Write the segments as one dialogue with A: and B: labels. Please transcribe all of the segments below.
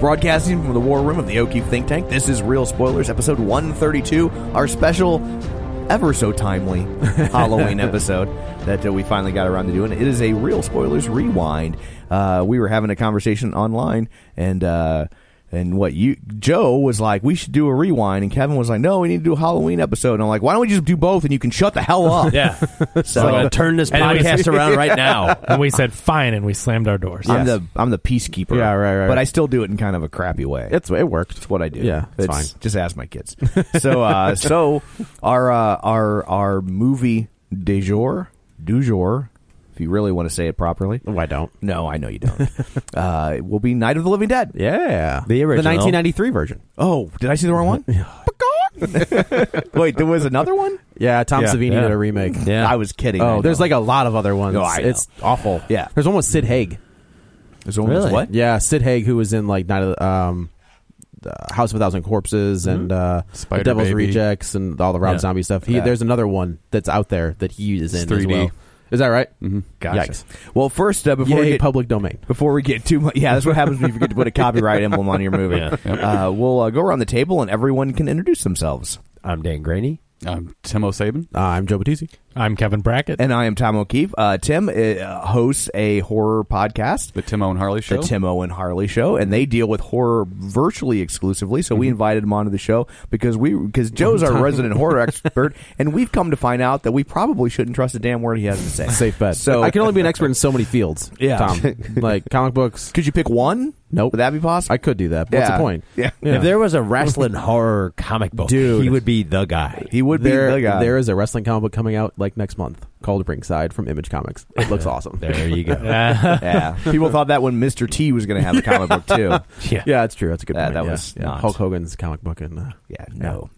A: Broadcasting from the war room of the O'Keefe Think Tank, this is Real Spoilers, episode 132, our special, ever so timely Halloween episode that uh, we finally got around to doing. It is a Real Spoilers rewind. Uh, we were having a conversation online, and uh, and what you Joe was like, we should do a rewind, and Kevin was like, no, we need to do a Halloween episode. And I'm like, why don't we just do both, and you can shut the hell up?
B: Yeah.
A: So
B: I'm gonna turn this
C: And we-
B: podcast around right now.
C: and we said fine, and we slammed our doors.
A: I'm the I'm the peacekeeper.
B: Yeah, right, right,
A: But
B: right.
A: I still do it in kind of a crappy way.
B: It's it worked.
A: It's what I do.
B: Yeah, it's fine.
A: Just ask my kids. So, uh, so our uh, our our movie de jour, du jour, if you really want to say it properly.
B: Oh, I don't.
A: No, I know you don't. uh, it will be Night of the Living Dead.
B: Yeah, the
A: original.
B: the 1993 version.
A: Oh, did I see the wrong one? Wait, there was another one.
B: Yeah, Tom
A: Yeah.
B: Savini
A: Yeah.
B: did a remake. Yeah,
A: I was kidding.
B: Oh,
A: I
B: there's
A: know.
B: like a lot of other ones.
A: No, I know.
B: It's awful.
A: Yeah.
B: there's one with Sid Haig.
A: There's only what?
B: Yeah, Sid Haig, who was in like Night of the, um, uh, House of a Thousand Corpses and uh,
D: Spider
B: The Devil's
D: Baby.
B: Rejects and all the Rob
D: Yeah.
B: Zombie stuff. He,
A: Mm-hmm. Yeah.
B: There's another one that's out there that he is in
D: It's
B: as
D: 3D.
B: well. Is that right? Mm-hmm.
A: Gotcha.
B: Yikes.
A: Well, first uh, before
B: Yay,
A: we get
B: public domain.
A: before we get too much. Yeah, that's what happens when you forget to put a copyright emblem on your movie. Uh, we'll uh, go around the table and everyone can introduce themselves.
B: I'm Dan Graney.
D: I'm Tim O'Sabin.
B: Uh, I'm Joe Battisi.
C: I'm Kevin Brackett.
A: And I am Tom O'Keefe. Uh, Tim uh, hosts a horror podcast,
D: The Tim Owen Harley Show.
A: The Tim Owen Harley Show, and they deal with horror virtually exclusively. So we
B: Mm-hmm.
A: invited him onto the show because we because Joe's our resident horror expert, and we've come to find out that we probably shouldn't trust a damn word he has to say.
B: Safe bet.
A: So-
B: I can only be an expert in so many fields.
A: Yeah.
B: Tom. like comic books.
A: Could you pick one?
B: Nope.
A: Would that be possible?
B: I could do that. But What's
A: Yeah.
B: the point?
A: Yeah.
B: If there was a wrestling horror
E: comic book.
B: Dude.
E: he would be the guy.
A: he would be
B: there,
A: the guy.
B: there is a wrestling comic book coming out like next month called Ringside from Image Comics. It looks awesome.
E: There you go.
A: yeah. People thought that when Mr. T was going to have a comic book too.
C: yeah.
B: Yeah, it's true. That's a good
A: Yeah,
B: point.
A: that
B: yeah.
A: was
B: Yeah.
A: not-
B: Hulk Hogan's comic book and uh,
A: yeah no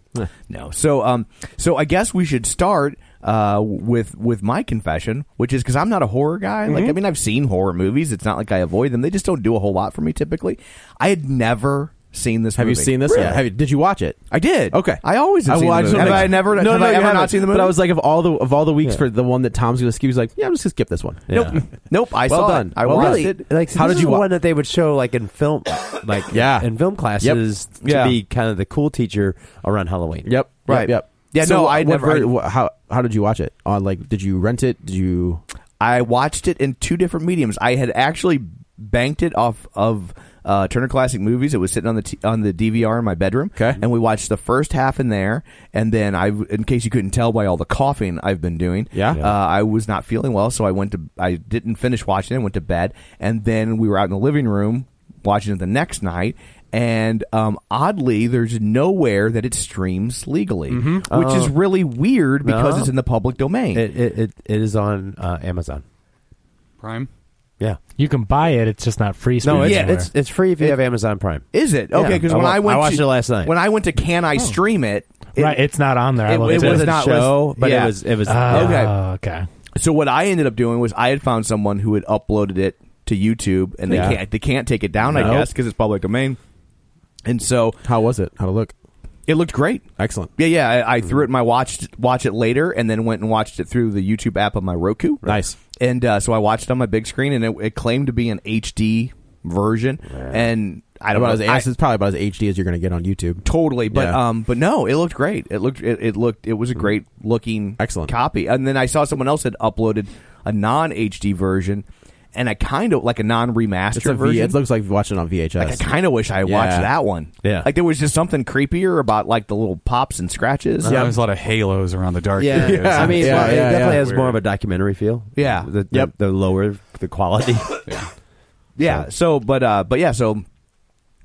A: no so um so i guess we should start uh with with my confession which is because i'm not a horror guy
B: Mm-hmm.
A: like i mean i've seen horror movies it's not like i avoid them they just don't do a whole lot for me typically i had never seen this
B: Have you
A: movie.
B: seen this?
A: Really?
B: Yeah. Have you, did you watch it?
A: i did
B: Okay.
A: i always have
B: I-
A: seen
B: well,
A: the
B: I just
A: movie.
B: wanna
A: have
B: make-
A: i never
B: No,
A: have
B: no,
A: I
B: you
A: ever
B: haven't.
A: not seen the movie
B: But I was like, of all the of all the weeks for the one that Tom's going to skip, he's like, yeah, I'm just going to skip this one.
E: Yeah.
B: Nope.
A: nope i
B: Well
A: saw
B: done.
A: it i
B: Well
A: watched
B: done.
A: it
E: Like, so
B: How
E: this
B: did
E: is
B: you wa-
E: one that they would show like in film, like
B: Yeah.
E: in film classes to
A: Yeah.
E: be kind of the cool teacher around Halloween.
B: Yep.
A: Right.
B: Yep. yep.
A: Yeah, no,
B: wha-
A: I
B: what
A: never-
B: ver-
A: I-
B: wha- how how did you watch it? On like, did you rent it? Did you?
A: I watched it in two different mediums. I had actually banked it off of uh, Turner Classic Movies. It was sitting on the t- on the DVR in my bedroom.
B: Okay.
A: and we watched the first half in there, and then I, in case you couldn't tell by all the coughing I've been doing,
B: Yeah.
A: uh, I was not feeling well, so I went to I didn't finish watching it. Went to bed, and then we were out in the living room watching it the next night. And um, oddly, there's nowhere that it streams legally,
B: Mm-hmm.
A: which
B: Oh.
A: is really weird because
B: Uh-huh.
E: No.
A: it's in the public domain.
E: It it, it, it is on uh, Amazon.
D: Prime.
E: Yeah.
C: You can buy it. It's just not free.
E: No, it's
C: streaming
E: it's,
C: anywhere.
E: it's free if you have Amazon Prime.
A: Is it okay? Because
E: I
A: when
E: wa-
A: I went,
E: I watched
A: to,
E: it last night.
A: When I went to can I stream it? it-
C: right. It's not on there. I
A: it-
C: looked
A: it
C: at
A: was
E: Doesn't
A: not
E: show,
A: list-
E: but
A: yeah. Uh,
E: it was it was
C: Ah,
A: okay.
C: Okay.
A: So what I ended up doing was I had found someone who had uploaded it to YouTube, and they
B: Yeah.
A: can't they can't take it down, I
B: Nope.
A: guess, because it's public domain. And so
B: How was it? How to look?
A: it looked great.
B: Excellent.
A: Yeah, yeah. I, I threw it in my watch watch it later, and then went and watched it through the YouTube app on my Roku.
B: Nice.
A: And uh, so I watched it on my big screen, and it, it claimed to be an HD version, and I don't
B: About as
A: know. I-
B: it's probably about as HD as you're going to get on YouTube.
A: totally but
B: Yeah.
A: um but no it looked great it looked it, it looked it was a great looking
B: Excellent.
A: copy and then i saw someone else had uploaded a non hd version and i kind of like a non
B: It's a
A: remastered
B: v,
A: version
B: It looks like watching it on VHS.
A: like i kind of wish i had
B: Yeah.
A: watched that one
E: Yeah.
A: like there was just something creepier about like the little pops and scratches
D: Yeah, there's a lot of halos around the dark.
E: Yeah,
D: areas.
E: I mean,
B: Yeah,
E: well, it
B: yeah,
E: definitely
B: yeah.
E: has more of a documentary feel.
A: Yeah.
E: the, the,
A: Yep.
E: the lower the quality.
A: yeah so but uh but yeah so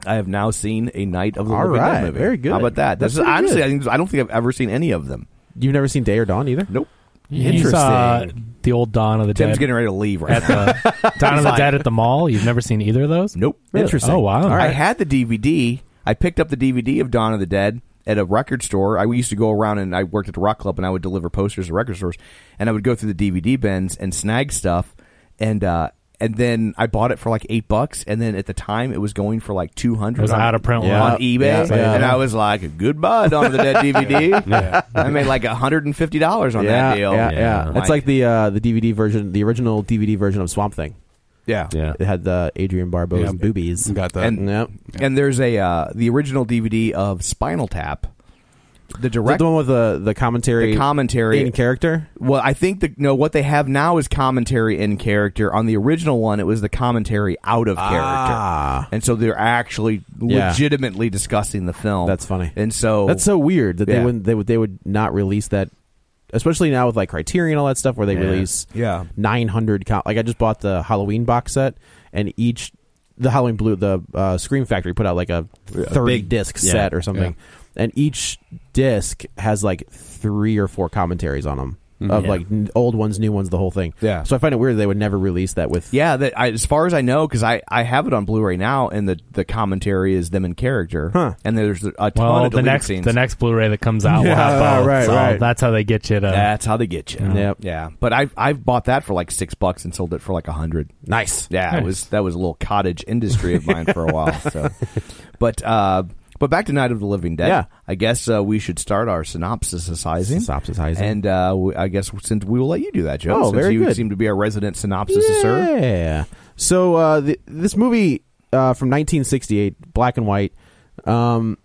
A: I have now seen a Night of the
B: All
A: Living Dead
B: right,
A: movie.
B: very good.
A: How about that? This
B: That's
A: is
B: pretty
A: honestly,
B: good.
A: I, think, I don't think I've ever seen any of them.
B: You've never seen Day or Dawn either.
A: Nope.
C: You saw
B: Interesting.
C: the old Dawn of the
A: Tim's
C: Dead
A: getting ready to leave right
C: at
A: now.
C: the Dawn of the Dead at the mall. You've never seen either of those?
A: Nope.
C: Oh wow.
A: I had the DVD. I picked up the DVD of Dawn of the Dead at a record store. I used to go around and I worked at the rock club and I would deliver posters to record stores and I would go through the DVD bins and snag stuff and uh and then I bought it for like eight bucks and then at the time it was going for like two hundred.
C: It was out of print
A: on,
C: one.
A: on eBay
B: Yeah. Yeah.
A: and I was like, goodbye Dawn of the Dead DVD. I made like hundred and fifty dollars on
B: yeah,
A: that deal.
B: yeah, yeah.
A: Like-
B: It's like the uh, the DVD version, the original DVD version of Swamp Thing.
A: yeah
E: Yeah.
B: It had the Adrian Barbeau's
D: Yeah.
B: boobies.
D: Got that.
A: And-
B: Yep.
A: And there's a uh, the original DVD of Spinal Tap. The
B: Is that
A: direct
B: the one with the the commentary,
A: the commentary
B: in character.
A: Well, I think the no what they have now is commentary in character. On the original one, it was the commentary out of
B: Ah.
A: character, and so they're actually
B: Yeah.
A: legitimately discussing the film.
B: That's funny.
A: And so
B: That's so weird that they
A: Yeah.
B: wouldn't they would they would not release that, especially now with like Criterion and all that stuff where they release
A: Yeah.
B: nine hundred co- like I just bought the Halloween box set and each the Halloween Blue the uh, Scream Factory put out like a thirty disc
E: yeah,
B: set or something, and each disc has like three or four commentaries on them. Of like n- old ones, new ones, the whole thing.
A: Yeah.
B: So I find it weird they would never release that with.
A: yeah, that I, as far as I know, because I, I have it on Blu-ray now, and the, the commentary is them in character.
B: Huh.
A: And there's a ton
C: Well,
A: of
C: the
A: deleted
C: next
A: scenes.
C: the next uh, Blu-ray that comes out will
B: Yeah,
C: have both.
B: right,
C: so
B: right.
C: That's how they get you to.
A: That's how they get you.
B: Yep.
A: Yeah. But I I've bought that for like six bucks and sold it for like a hundred.
B: Nice.
A: Yeah, it was that was a little cottage industry of mine for a while. So, but uh, but back to Night of the Living Dead.
B: Yeah.
A: I guess uh, we should start our synopsisizing.
B: Synopsisizing.
A: and uh, we, I guess since we will let you do that, Joe.
B: Oh,
A: since
B: very
A: you
B: good.
A: seem to be our resident synopsisizer.
B: Yeah. So uh, th- this movie uh, from 1968, black and white. Um,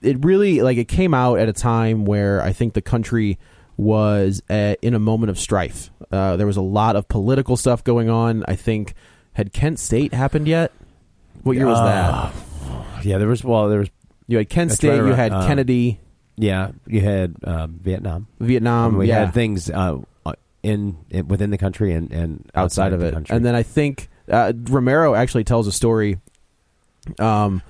B: it really like it came out at a time where I think the country was uh in a moment of strife. Uh, there was a lot of political stuff going on. I think had Kent State happened yet? What year was that?
E: Yeah, there was well, there was
B: You had Kent
E: Uh, that's
B: State.
E: right
B: you
E: around-
B: had
E: um,
B: Kennedy,
E: yeah, you had uh, Vietnam.
B: Vietnam.
E: we
B: yeah.
E: had things uh, in, in within the country and, and
B: outside of
E: the
B: it.
E: country.
B: And then I think uh, Romero actually tells a story. Um,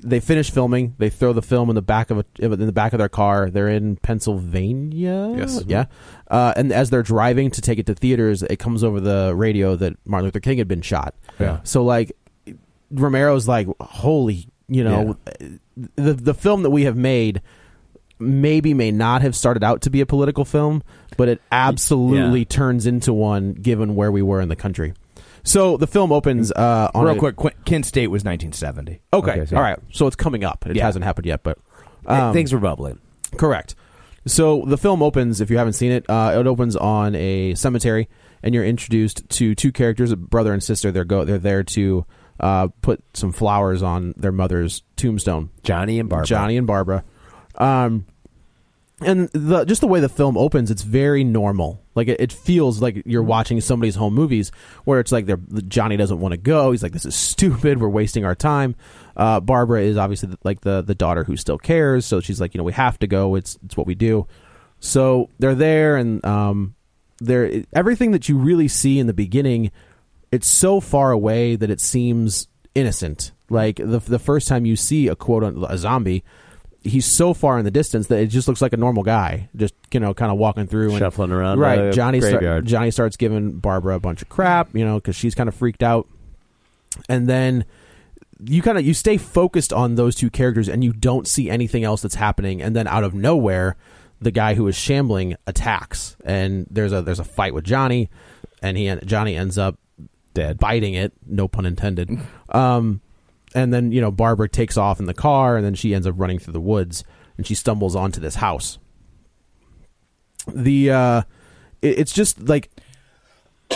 B: they finish filming. They throw the film in the back of a in the back of their car. They're in Pennsylvania.
D: Yes.
B: Yeah. Uh, and as they're driving to take it to theaters, it comes over the radio that Martin Luther King had been shot.
E: Yeah.
B: So like, Romero's like, holy, you know, the the film that we have made maybe may not have started out to be a political film, but it absolutely
E: Yeah.
B: turns into one given where we were in the country. So the film opens uh, on
A: Real
B: a-
A: quick, Qu- Kent State was 1970.
B: Okay,
E: Okay, so-
B: all right. So it's coming up. It
A: Yeah.
B: hasn't happened yet, but Um,
E: And things were bubbling.
B: Correct. So the film opens, if you haven't seen it, uh, it opens on a cemetery, and you're introduced to two characters, a brother and sister. They're go they're there to uh, put some flowers on their mother's tombstone.
E: Johnny and Barbara.
B: Johnny and Barbara. Um, and the just the way the film opens, it's very normal. Like it, it feels like you're watching somebody's home movies, where it's like they're, Johnny doesn't want to go. He's like, "This is stupid. We're wasting our time." Uh, Barbara is obviously the, like the the daughter who still cares, so she's like, "You know, we have to go. It's it's what we do." So they're there, and um, there everything that you really see in the beginning, it's so far away that it seems innocent. Like the the first time you see a quote un- a zombie, he's so far in the distance that it just looks like a normal guy, just you know, kind of walking through and
E: Shuffling around by
B: Right,
E: the
B: Johnny start-
E: graveyard.
B: Johnny starts giving Barbara a bunch of crap, you know, because she's kind of freaked out, and then you kind of you stay focused on those two characters and you don't see anything else that's happening and then out of nowhere the guy who is shambling attacks and there's a there's a fight with Johnny and he Johnny ends up dead biting it no pun intended um and then you know Barbara takes off in the car and then she ends up running through the woods and she stumbles onto this house the uh it, it's just like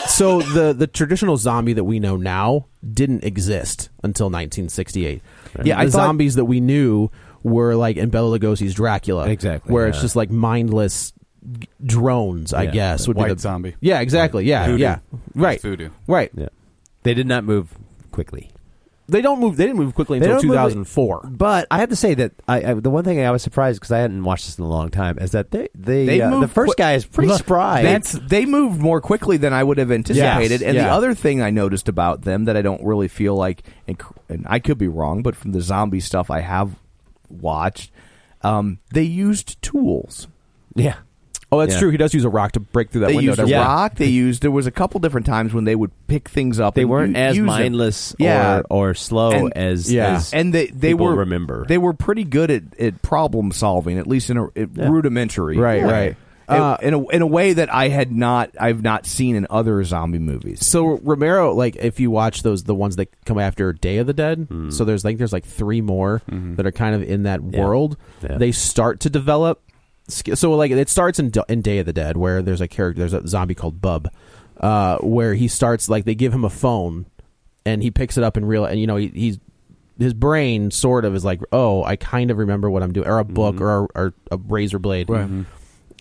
B: so the the traditional zombie that we know now didn't exist until 1968.
A: Yeah, I
B: the
A: thought-
B: zombies that we knew were like in Bela Lugosi's Dracula,
E: Exactly,
B: where it's
E: yeah.
B: just like mindless drones. I
E: Yeah,
B: guess would
D: white
B: be the
D: zombie.
B: Yeah, exactly. Yeah,
D: Voodoo.
B: yeah, right,
D: Voodoo.
B: right.
E: Yeah. They did not move quickly.
B: They don't move. They didn't move quickly
E: They
B: until
E: don't move-
B: 2004.
E: But I have to say that I, I the one thing I was surprised because I hadn't watched this in a long time is that they, they,
A: They
E: uh, the
A: moved
E: first
A: quick-
E: guy is pretty
A: Look,
E: spry.
A: That's they moved more quickly than I would have anticipated.
B: Yes,
A: and the
B: yeah.
A: other thing I noticed about them that I don't really feel like, and, cr- and I could be wrong, but from the zombie stuff I have watched, um, they used tools.
E: yeah.
B: Oh, that's
E: Yeah.
B: true. He does use a rock to break through that
A: They
B: window.
A: used a
B: doesn't he?
A: rock. They used. There was a couple different times when they would pick things up.
E: They
A: and
E: weren't
A: u-
E: as
A: use them.
E: mindless
A: Yeah.
E: or, or slow
A: And-
E: as,
B: Yeah.
E: as
A: and they they
E: people
A: were
E: remember.
A: They were pretty good at, at problem solving, at least in a at rudimentary,
B: Right,
A: way.
B: right.
A: In-
B: Uh,
A: in a in a way that I had not I've not seen in other zombie movies.
B: So Romero, like if you watch those, the ones that come after Day of the Dead. So there's like there's like three more that are kind of in that world.
E: Hmm. Mm-hmm. Yeah.
B: They start to develop. sk- So like it starts in D- in Day of the Dead where there's a character, there's a zombie called Bub, uh, where he starts like they give him a phone, and he picks it up and real and you know he, he's his brain sort of is like oh I kind of remember what I'm doing or a book
E: Mm-hmm.
B: or, a, or a razor blade.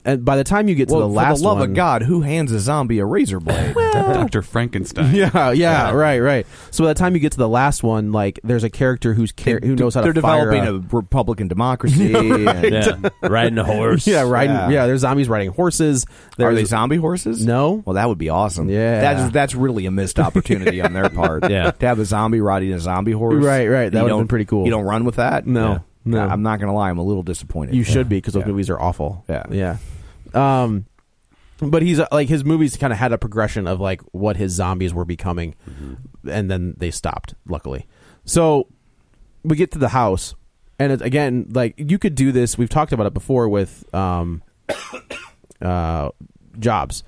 B: And by the time you get to
A: well,
B: the
A: for
B: last
A: the love
B: one,
A: of God, who hands a zombie a razor blade?
D: Dr. Frankenstein.
B: Yeah, yeah, right, right. So by the time you get to the last one, like there's a character who's car- who knows how
A: They're
B: to fire
A: developing
B: a-
A: a Republican democracy. and-
E: yeah. riding a horse.
B: yeah, riding.
A: Yeah.
B: Yeah. there's zombies riding horses. There's,
A: Are they zombie horses?
B: No.
A: Well, that would be awesome.
B: Yeah.
A: that's that's really a missed opportunity on their part.
E: Yeah.
A: to have a zombie riding a zombie horse.
B: Right, right. That
A: You
B: would've
A: don't-
B: been pretty cool.
A: You don't run with that.
B: No, no.
A: I'm not gonna lie. I'm a little disappointed.
B: You should be because those
A: Yeah.
B: movies are awful.
A: Yeah.
B: yeah. Um, but he's uh, like his movies kind of had a progression of like what his zombies were becoming,
A: Mm-hmm.
B: and then they stopped. Luckily, so we get to the house, and it, again, like you could do this. We've talked about it before with um, uh, jobs.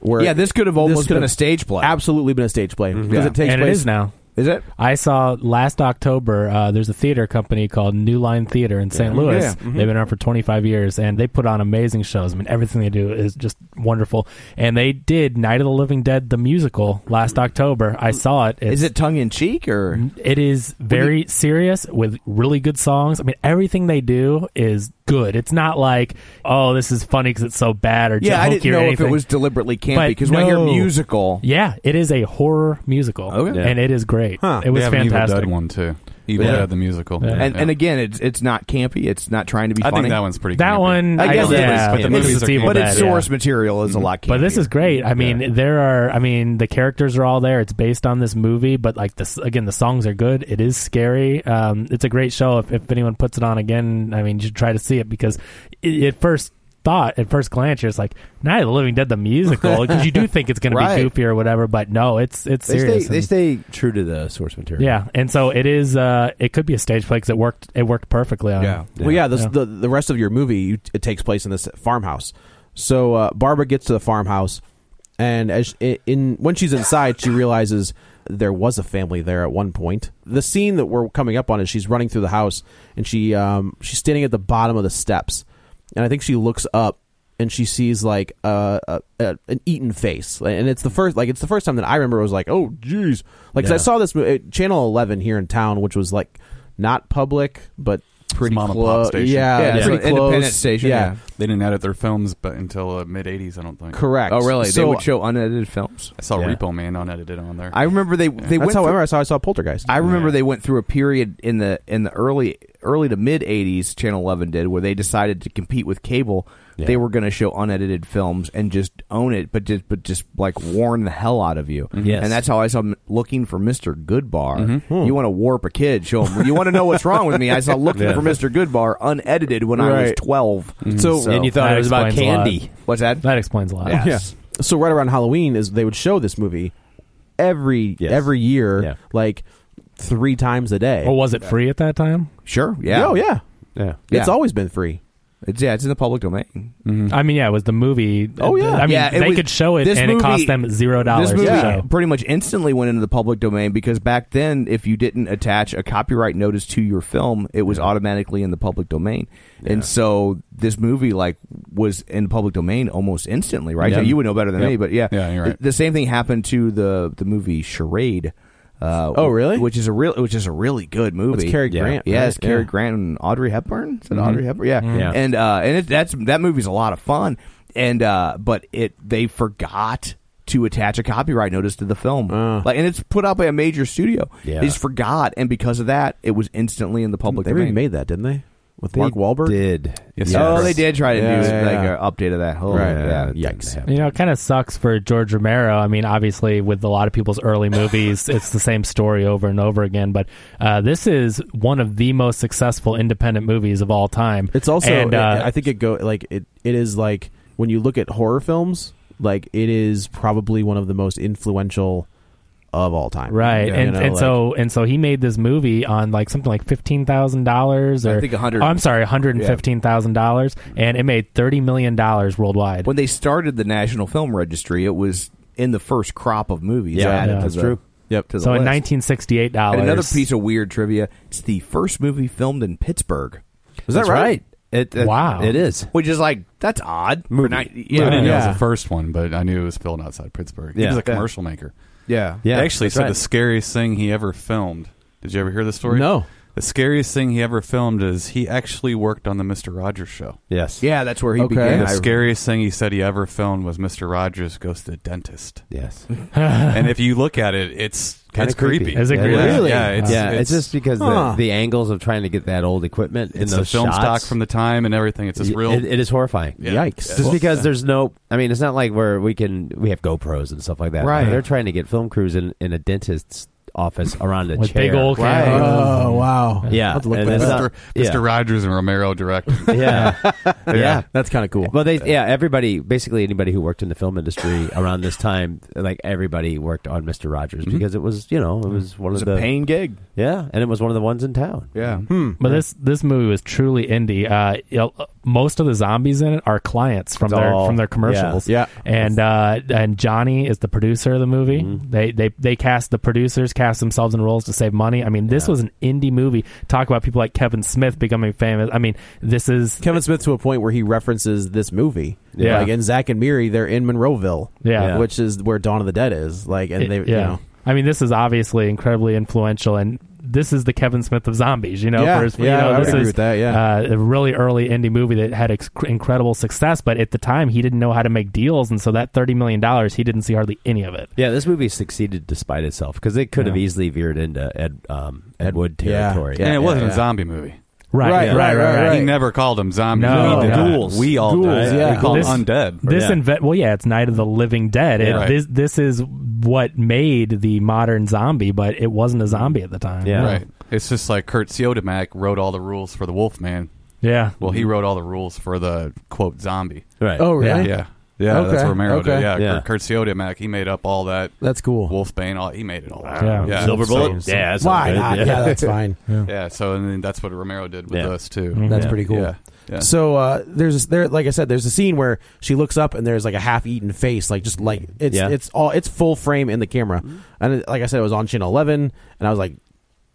B: Where
A: Yeah, this could have almost
B: could
A: been
B: have
A: a stage play. Mm-hmm.
B: Absolutely been a stage play because
A: Yeah.
B: it takes
C: and it
B: place
C: is now.
A: Is it?
C: I saw last October. Uh, there's a theater company called New Line Theater in St. Louis.
A: Yeah. Mm-hmm.
C: They've been around for 25 years, and they put on amazing shows. I mean, everything they do is just wonderful. And they did Night of the Living Dead the musical last October. I saw it. It's,
A: Mm. Is it tongue in cheek or?
C: It is very serious with really good songs. I mean, everything they do is good. It's not like, oh, this is funny because it's so bad or
A: Yeah, I
C: jokey
A: didn't
C: or
A: know if
C: anything.
A: it was deliberately campy
C: But
A: because when I hear
C: no.
A: musical,
C: Yeah, it is a horror musical,
A: Okay.
C: and it is great. It
D: They
C: was
D: have
C: fantastic.
D: an Evil Dead one, too. Evil
A: Yeah.
D: Dead, the musical.
A: and,
D: Yeah.
A: and again, it's it's not campy. It's not trying to be
D: I
A: funny.
D: think that one's pretty
C: That
D: creepy.
C: one,
A: I
C: I
A: guess it
C: yeah,
A: was,
D: but the
C: this
D: movies
C: is
D: are
C: Evil
D: good.
A: but
C: Dead,
A: its
C: yeah.
A: source material is a lot. Campier.
C: But this is great. I mean, there are. I mean, the characters are all there. It's based on this movie, but like this again, the songs are good. It is scary. Um, it's a great show. If, if anyone puts it on again, I mean, you should try to see it because i at first thought, at first glance, you're just like Night of the Living Dead the musical because you do think it's going
A: Right.
C: to be goofy or whatever. But no, it's it's
E: They stay,
C: serious.
E: they
C: and-
E: stay true to the source material.
C: yeah, and so it is. Uh, it could be a stage play because it worked. It worked perfectly on.
A: Yeah.
B: Well, yeah, this,
C: Yeah.
B: the the rest of your movie you, it takes place in this farmhouse. So uh, Barbara gets to the farmhouse, and as in, in when she's inside, she realizes there was a family there at one point. The scene that we're coming up on is she's running through the house, and she um, she's standing at the bottom of the steps, and I think she looks up and she sees like a, a, a an eaten face, and it's the first like it's the first time that I remember it was like, oh jeez, like 'cause I
E: Yeah.
B: saw this mo- uh, Channel Eleven here in town, which was like not public but pretty
D: mom and
B: clo-
D: pop station.
B: Yeah,
A: Yeah,
B: it's
A: so
B: pretty
A: independent
B: close.
A: station, yeah.
D: They didn't edit their films but until uh, mid 80s, I don't think.
B: correct.
A: Oh, really?
B: So
A: they would show unedited films.
D: I saw
E: Yeah.
D: Repo Man unedited on there.
A: I remember they they went.
B: that's how
A: through-
B: I remember. I saw, I saw Poltergeist.
A: I remember they went through a period in the in the early early to mid '80s. Channel 11 did where they decided to compete with cable. They were going to show unedited films and just own it, but just but just like warn the hell out of you.
E: Yes.
A: and that's how I saw m- looking for Mister Goodbar. You want to warp a kid? Show him. You want to know what's wrong with me? I saw looking for Mister Goodbar unedited when I was
B: Right.
A: 12.
B: So-
E: And you thought
C: That
E: it was about
C: explains a lot.
E: candy.
A: what's that?
C: That explains a lot.
A: Yeah.
B: yeah. So right around Halloween is they would show this movie every
E: Yes.
B: every year,
E: Yeah.
B: like three times a day.
A: Oh,
C: Or was it free at that time?
A: Sure. Yeah.
B: Oh yeah.
E: Yeah.
A: Yeah.
B: it's always been free.
A: It's, yeah, it's in the public domain.
C: I mean, yeah, it was the movie.
B: Oh, yeah.
C: I mean,
A: Yeah, it
C: they
A: was-
C: could show it,
A: this
C: and
A: movie-
C: it cost them zero dollars.
A: This movie
C: to
B: Yeah.
C: show.
A: pretty much instantly went into the public domain because back then, if you didn't attach a copyright notice to your film, it was automatically in the public domain. And so this movie like was in public domain almost instantly, right?
D: Yeah.
A: You would know better than
D: Yep.
A: me, but yeah,
D: Yeah, you're right.
A: The, the same thing happened to the the movie Charade. Uh,
B: Oh, really?
A: Which is a real, which is a really good movie.
B: It's Cary Grant,
A: yes,
B: right?
A: Cary
B: Yeah.
A: Grant and Audrey Hepburn. Is it
B: Mm-hmm.
A: Audrey Hepburn? Yeah,
E: Yeah.
A: And uh, and it, that's that movie's a lot of fun. And uh, but it they forgot to attach a copyright notice to the film.
B: Uh.
A: Like, and it's put out by a major studio.
E: Yeah.
A: They just forgot, and because of that, it was instantly in the public
B: They
A: domain.
B: remade that, didn't they? With Mark Wahlberg.
E: Did.
D: Yes,
A: oh,
D: sir.
A: they did try to
B: Yeah,
A: do
B: yeah,
A: like
B: yeah.
A: an update of that. Oh,
B: Right,
A: yeah.
B: yeah. Yikes.
C: You know, it kind of sucks for George Romero. I mean, obviously, with a lot of people's early movies, it's the same story over and over again. But uh, this is one of the most successful independent movies of all time.
B: It's also
C: and, uh,
B: I think it go like it. It is like when you look at horror films, like it is probably one of the most influential of all time.
C: Right,
B: You
C: and
B: know,
C: and
B: like-
C: so and so he made this movie on like something like fifteen thousand dollars, or
A: I think 100.
C: Oh, I'm sorry, one hundred and fifteen thousand dollars, and it made thirty million dollars worldwide.
A: When they started the National Film Registry, it was in the first crop of movies.
B: Yeah,
A: added
C: yeah,
A: to
B: that's
A: the-
B: true. Yep.
A: To the
C: so in
A: list.
C: nineteen sixty eight dollars,
A: And another piece of weird trivia: it's the first movie filmed in Pittsburgh.
E: Is that
A: That's
E: right? It, it-
C: Wow.
E: It is.
A: Which is like that's odd. For ni-
D: I
A: yeah,
D: didn't know it
B: Yeah.
D: was the first one, but I knew it was filmed outside Pittsburgh. He
A: Yeah.
D: was a
A: Yeah.
D: commercial maker.
A: yeah,
E: Yeah.
D: They actually
E: that's
D: said
E: right.
D: the scariest thing he ever filmed. Did you ever hear the story?
B: No.
D: The scariest thing he ever filmed is he actually worked on the Mr. Rogers show.
E: Yes.
A: Yeah, that's where he
B: Okay.
A: began.
D: the
A: I-
D: scariest thing he said he ever filmed was Mr. Rogers goes to the dentist.
E: Yes.
D: and if you look at it, it's kind
E: Kinda
D: of creepy.
E: creepy.
C: Is it
D: Yeah,
C: creepy?
D: Yeah,
B: Really?
D: yeah, it's,
E: yeah, it's,
D: it's,
E: just because
B: Huh.
E: the, the angles of trying to get that old equipment in
D: it's the
E: those
D: film
E: shots,
D: stock from the time and everything. It's just real.
E: It, it is horrifying.
D: yeah.
B: Yikes.
E: Just because there's no, I mean, it's not like where we can we have GoPros and stuff like that.
A: Right.
E: They're trying to get film crews in, in a dentist's office around a
C: with
E: chair.
C: big old
E: Right.
C: cameras.
B: Oh wow.
E: Yeah,
B: I'll have to look
E: and
B: that
E: it's
B: up.
E: not-
D: Mr.
E: yeah.
D: Mr. Rogers and Romero directed.
E: Yeah. yeah,
B: That's kind of cool.
E: Well, they yeah, everybody basically anybody who worked in the film industry around this time, like everybody worked on Mister Rogers because it was you know it was one
A: It's
E: of the
A: a pain gig. Hmm.
E: yeah, and it was one of the ones in town.
A: Yeah.
C: But this this movie was truly indie. Uh, you know, most of the zombies in it are clients from
E: It's
C: their
E: all-
C: from their commercials.
B: yeah, Mm-hmm.
C: and uh, and Johnny is the producer of the movie. They they they cast the producers cast themselves in roles to save money. I mean, this was an indie movie. Talk about people like Kevin Smith becoming famous. I mean, this is
B: Kevin Smith to a point where he references this movie.
C: Yeah.
B: Like in Zack and Miri, they're in Monroeville.
C: Yeah. Yeah.
B: Which is where Dawn of the Dead is. Like and they
C: it-
B: you know
C: I mean, this is obviously incredibly influential, and this is the Kevin Smith of zombies. You know,
B: Yeah,
C: for his- you
B: yeah,
C: know,
B: I would
C: this
B: agree
C: is,
B: with that, yeah.
C: uh, a really early indie movie that had ex- incredible success, but at the time he didn't know how to make deals, and so that thirty million dollars he didn't see hardly any of it.
E: Yeah, this movie succeeded despite itself because it could have
C: Yeah.
E: easily veered into Ed um, Ed
B: Ed-
E: Wood
B: yeah,
E: territory.
D: and
B: yeah.
D: it wasn't a zombie movie.
C: Right,
B: Right,
C: yeah.
B: right, right, Oh, right.
D: He never called them zombies.
C: No,
D: we did
C: no.
D: not.
E: Ghouls.
D: We all
B: Ghouls,
D: did.
B: yeah.
D: We called
C: This-
D: them undead.
C: This
E: Yeah.
C: inve- well, yeah, it's Night of the Living Dead. It-
D: Right.
C: This this is what made the modern zombie, but it wasn't a zombie at the time.
E: Yeah.
D: Right. It's just like Kurt Siodomak wrote all the rules for the Wolfman.
C: yeah.
D: Well, he wrote all the rules for the quote zombie.
E: Right.
B: Oh really?
D: Yeah. Yeah, that's
B: Okay,
D: Romero
B: okay.
D: did. Yeah,
E: Ah. Yeah.
D: Kurt, Kurt Siodomak, he made up all that.
B: That's cool.
D: Wolfbane, all he made it all. up.
C: Yeah.
E: Silver
D: so-
E: Bullet. yeah, that sounds
B: Why
E: good.
B: not? Yeah, that's fine.
D: yeah, so and then that's what Romero did with
E: Yeah.
D: us too.
B: That's pretty Mm-hmm. cool.
D: Yeah. yeah.
B: So uh, there's there like I said, there's a scene where she looks up and there's like a half eaten face, like just like it's
E: Yeah.
B: it's all it's full frame in the camera. And it, like I said, it was on channel eleven, and I was like,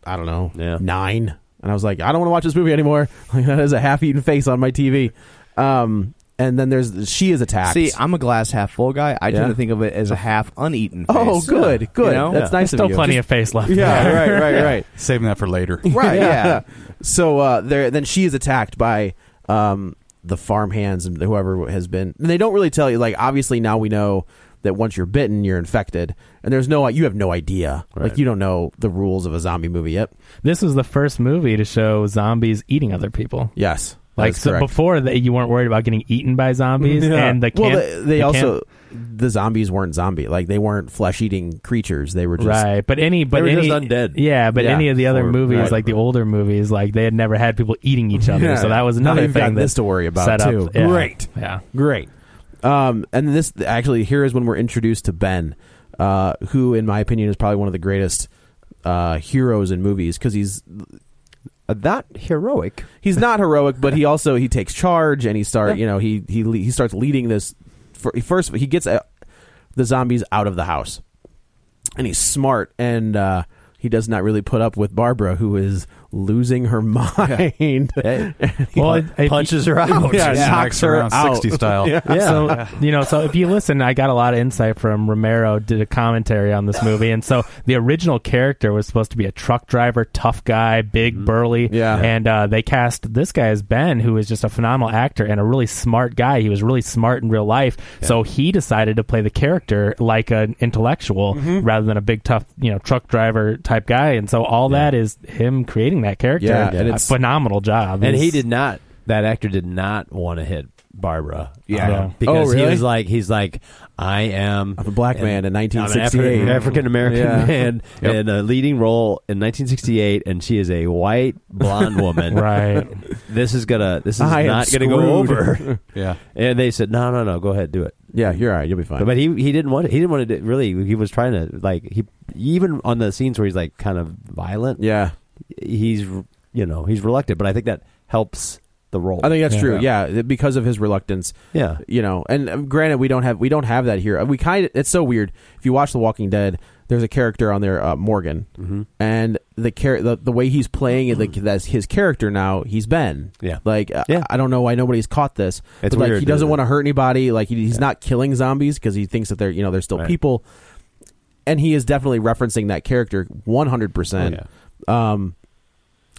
B: I don't know,
E: Yeah.
B: nine, and I was like, I don't want to watch this movie anymore. Like that is a half eaten face on my TV. Um, and then there's she is attacked.
A: See, I'm a glass half full guy. I
B: Yeah.
A: tend to think of it as a half uneaten. Face.
B: oh, good, good.
A: You know?
B: That's
E: Yeah.
B: nice.
C: Still
B: of you.
C: plenty of face left.
B: yeah, right, right, right.
D: Saving that for later.
A: Right. Yeah.
B: So uh, there, then she is attacked by um, the farmhands and whoever has been. And they don't really tell you. Like, obviously, now we know that once you're bitten, you're infected, and there's no, you have no idea. Like, you don't know the rules of a zombie movie yet.
C: This was the first movie to show zombies eating other people.
B: Yes, that
C: Like
B: is
C: so
B: correct.
C: before that, you weren't worried about getting eaten by zombies,
B: Mm-hmm. Yeah.
C: and the camp,
B: well, they, they
C: the
B: also
C: camp-
B: the zombies weren't zombie. Like, they weren't flesh eating creatures. They were just
C: right, but any but
E: were
C: any
E: just undead.
C: yeah, but
B: Yeah.
C: any of the other
B: Or-
C: movies,
B: right.
C: like the older movies, like they had never had people eating each other,
B: Yeah.
C: so that was
B: Now
C: another
B: you've
C: thing
B: got
C: that
B: this to worry about,
C: set up-
B: too.
C: yeah.
B: Great.
C: yeah.
B: Great. Um, and this actually here is when we're introduced to Ben, uh, who, in my opinion, is probably one of the greatest uh, heroes in movies because he's
E: Uh, that heroic.
B: he's not heroic, but he also he takes charge and he start you know he he le- he starts leading this. For, first, he gets uh, the zombies out of the house, and he's smart and uh, he does not really put up with Barbara, who is losing her mind.
E: Hey.
C: Well, it- it-
E: punches her out.
B: Yeah,
D: Yeah,
B: knocks
D: knocks
B: her
D: around
B: out.
D: 60 style.
B: Yeah.
E: Yeah.
C: So you know, so if you listen, I got a lot of insight from Romero. Did a commentary on this movie, and so the original character was supposed to be a truck driver, tough guy, big, burly.
B: Mm-hmm. Yeah.
C: And uh, they cast this guy as Ben, who is just a phenomenal actor and a really smart guy. He was really smart in real life, so he decided to play the character like an intellectual
B: Mm-hmm.
C: rather than a big, tough, you know, truck driver type guy. And so all that is him creating that character.
B: Yeah, and
C: A
B: it's-
C: phenomenal job.
E: and he
C: He's-
E: did not. That actor did not want to hit Barbara. Um,
A: Yeah. Yeah.
E: because
B: Oh,
E: he
B: really?
E: was like, he's like, I am
B: I'm a black man in 1968.
E: African American
B: Yeah.
E: man
D: Yep.
E: in a leading role in 1968, and she is a white blonde woman.
C: right.
E: This is gonna. This is
B: I am
E: not gonna go
B: screwed.
E: over.
D: Yeah.
E: and they said, no, no, no, go ahead, do it.
B: Yeah, you're all right. You'll be fine.
E: But, he he didn't want it. He didn't want to do- really. He was trying to like he even on the scenes where he's like kind of violent.
B: yeah,
E: he's you know he's reluctant, but I think that helps the role.
B: I think that's
C: Yeah.
B: true. Yeah, th- because of his reluctance,
E: yeah.
B: you know. And um, granted, we don't have we don't have that here. Uh, We kind of it's so weird. If you watch The Walking Dead, there's a character on there, uh, Morgan,
E: Mm-hmm.
B: and the, char- the the way he's playing it, like that's his character now. He's Ben.
E: Yeah.
B: Like I-
E: Yeah.
B: I, don't know why nobody's caught this.
E: It's
B: but, like
E: weird,
B: he doesn't
E: isn't
B: want to
E: it?
B: hurt anybody. Like he, he's not killing zombies because he thinks that they're you know they're still
E: Right.
B: people. And he is definitely referencing that character one hundred
E: Oh,
B: percent. Um,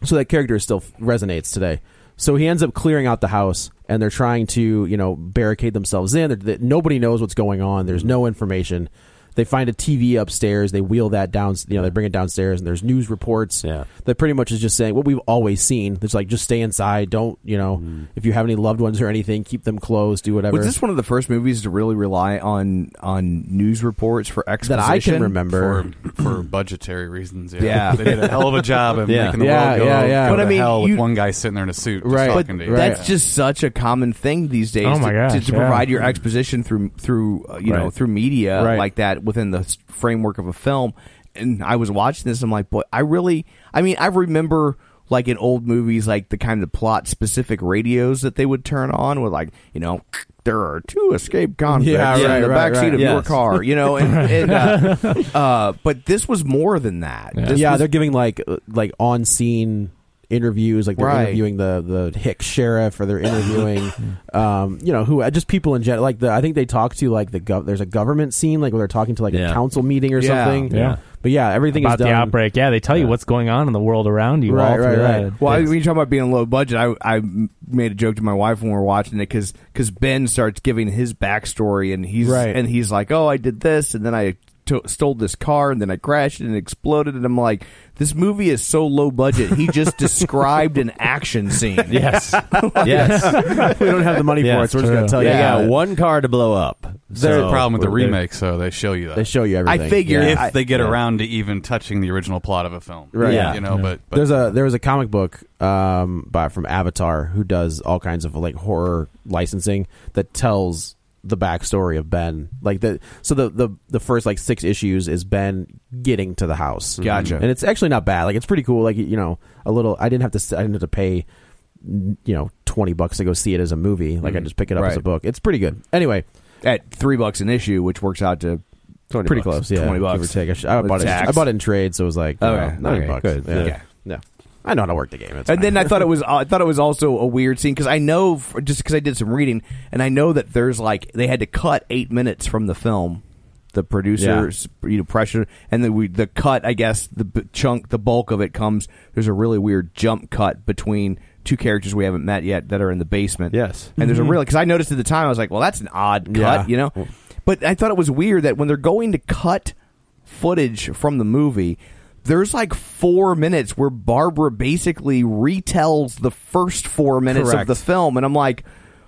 B: so that character still f- resonates today. So he ends up clearing out the house, and they're trying to you know barricade themselves in. They're, they, nobody knows what's going on. There's no information. They find a TV upstairs. They wheel that down. You know, they bring it downstairs, and there's news reports
E: Yeah.
B: that pretty much is just saying what we've always seen. It's like just stay inside. Don't you know if you have any loved ones or anything, keep them closed. Do whatever.
A: Was this one of the first movies to really rely on on news reports for
B: that
A: exposition
B: I can remember.
D: For, for budgetary reasons, yeah.
A: Yeah.
D: they did a hell of a job of
E: Yeah.
D: making the
B: Yeah,
D: world go,
B: yeah, yeah.
D: go
B: But
D: to
A: I mean,
D: hell with
A: you-
D: one guy sitting there in a suit, just
A: Right,
D: talking
A: but
D: to you.
A: that's
D: Yeah.
A: just such a common thing these days.
C: Oh my
A: to,
C: gosh,
A: to, to
C: yeah.
A: provide your exposition through through uh, you know
E: Right.
A: through media
B: Right.
A: like that within the s- framework of a film. And I was watching this. I'm like, boy, I really. I mean, I remember like in old movies, like the kind of plot specific radios that they would turn on with, like you know. There are two escaped convicts
B: Yeah, right,
A: in the
B: right,
A: backseat
B: right.
A: of your
E: Yes.
A: car, you know, and, and uh, uh, but this was more than that. This
B: yeah,
A: was-
B: they're giving like uh, like on scene interviews, like they're
A: Right.
B: interviewing the the Hick sheriff, or they're interviewing, um, you know, who just people in general. Like the I think they talk to like the gov- there's a government scene, like where they're talking to like a
E: Yeah.
B: council meeting or
A: Yeah.
B: something.
C: Yeah.
B: but yeah, everything
C: About
B: is done.
C: the outbreak. Yeah, they tell you what's going on in the world around you.
B: Right,
C: all through
B: right,
C: that.
B: right.
A: Well, I- when you talk about being low budget, I, I made a joke to my wife when we were watching it because Ben starts giving his backstory and he's
B: Right.
A: and he's like, oh, I did this and then I to stole this car and then I crashed and it exploded and I'm like, this movie is so low budget. He just described an action scene.
E: Yes. yes.
B: we don't have the money
E: Yeah,
B: for it,
E: it's
B: so we're just gonna
E: true.
B: tell
E: They
B: you.
E: got
B: about it.
E: one car to blow up.
D: That's the problem with the remake, so they show you that.
B: They show you everything.
A: figure-
B: Yeah.
D: if
A: I-
D: they get around to even touching the original plot of a film,
B: Right.
E: Yeah.
D: You know, but, but
B: There's a there was a comic book um by from Avatar who does all kinds of like horror licensing that tells the backstory of Ben. Like the so the the the first like six issues is Ben getting to the house.
A: Mm. Gotcha.
B: And it's actually not bad. Like it's pretty cool. Like you know, a little I didn't have to s- I didn't have to pay you know 20 bucks to go see it as a movie. Like I just pick it up as a
A: Mm. Right.
B: book. It's pretty good. Anyway,
A: At three bucks an issue, which works out to
B: pretty close. Yeah.
A: 20 bucks.
B: Give or take. I, sh- I
A: With
B: bought it
A: tax.
B: I bought it in trade so it was like
A: Okay.
B: uh, 9
A: Okay,
B: bucks.
A: good.
B: Yeah.
A: Okay.
B: Yeah. I know how to work the game. It's
A: And
B: fine.
A: then I thought it was I thought it was also a weird scene because I know f- just because I did some reading and I know that there's like they had to cut eight minutes from the film, the producers you know pressure and the we, the cut I guess the b- chunk the bulk of it comes there's a really weird jump cut between two characters we haven't met yet that are in the basement
E: Yes.
A: and there's a real because I noticed at the time I was like well that's an odd cut
B: Mm-hmm. Yeah.
A: you know but I thought it was weird that when they're going to cut footage from the movie, there's like four minutes where Barbara basically retells the first four minutes
B: Correct.
A: of the film, and I'm like,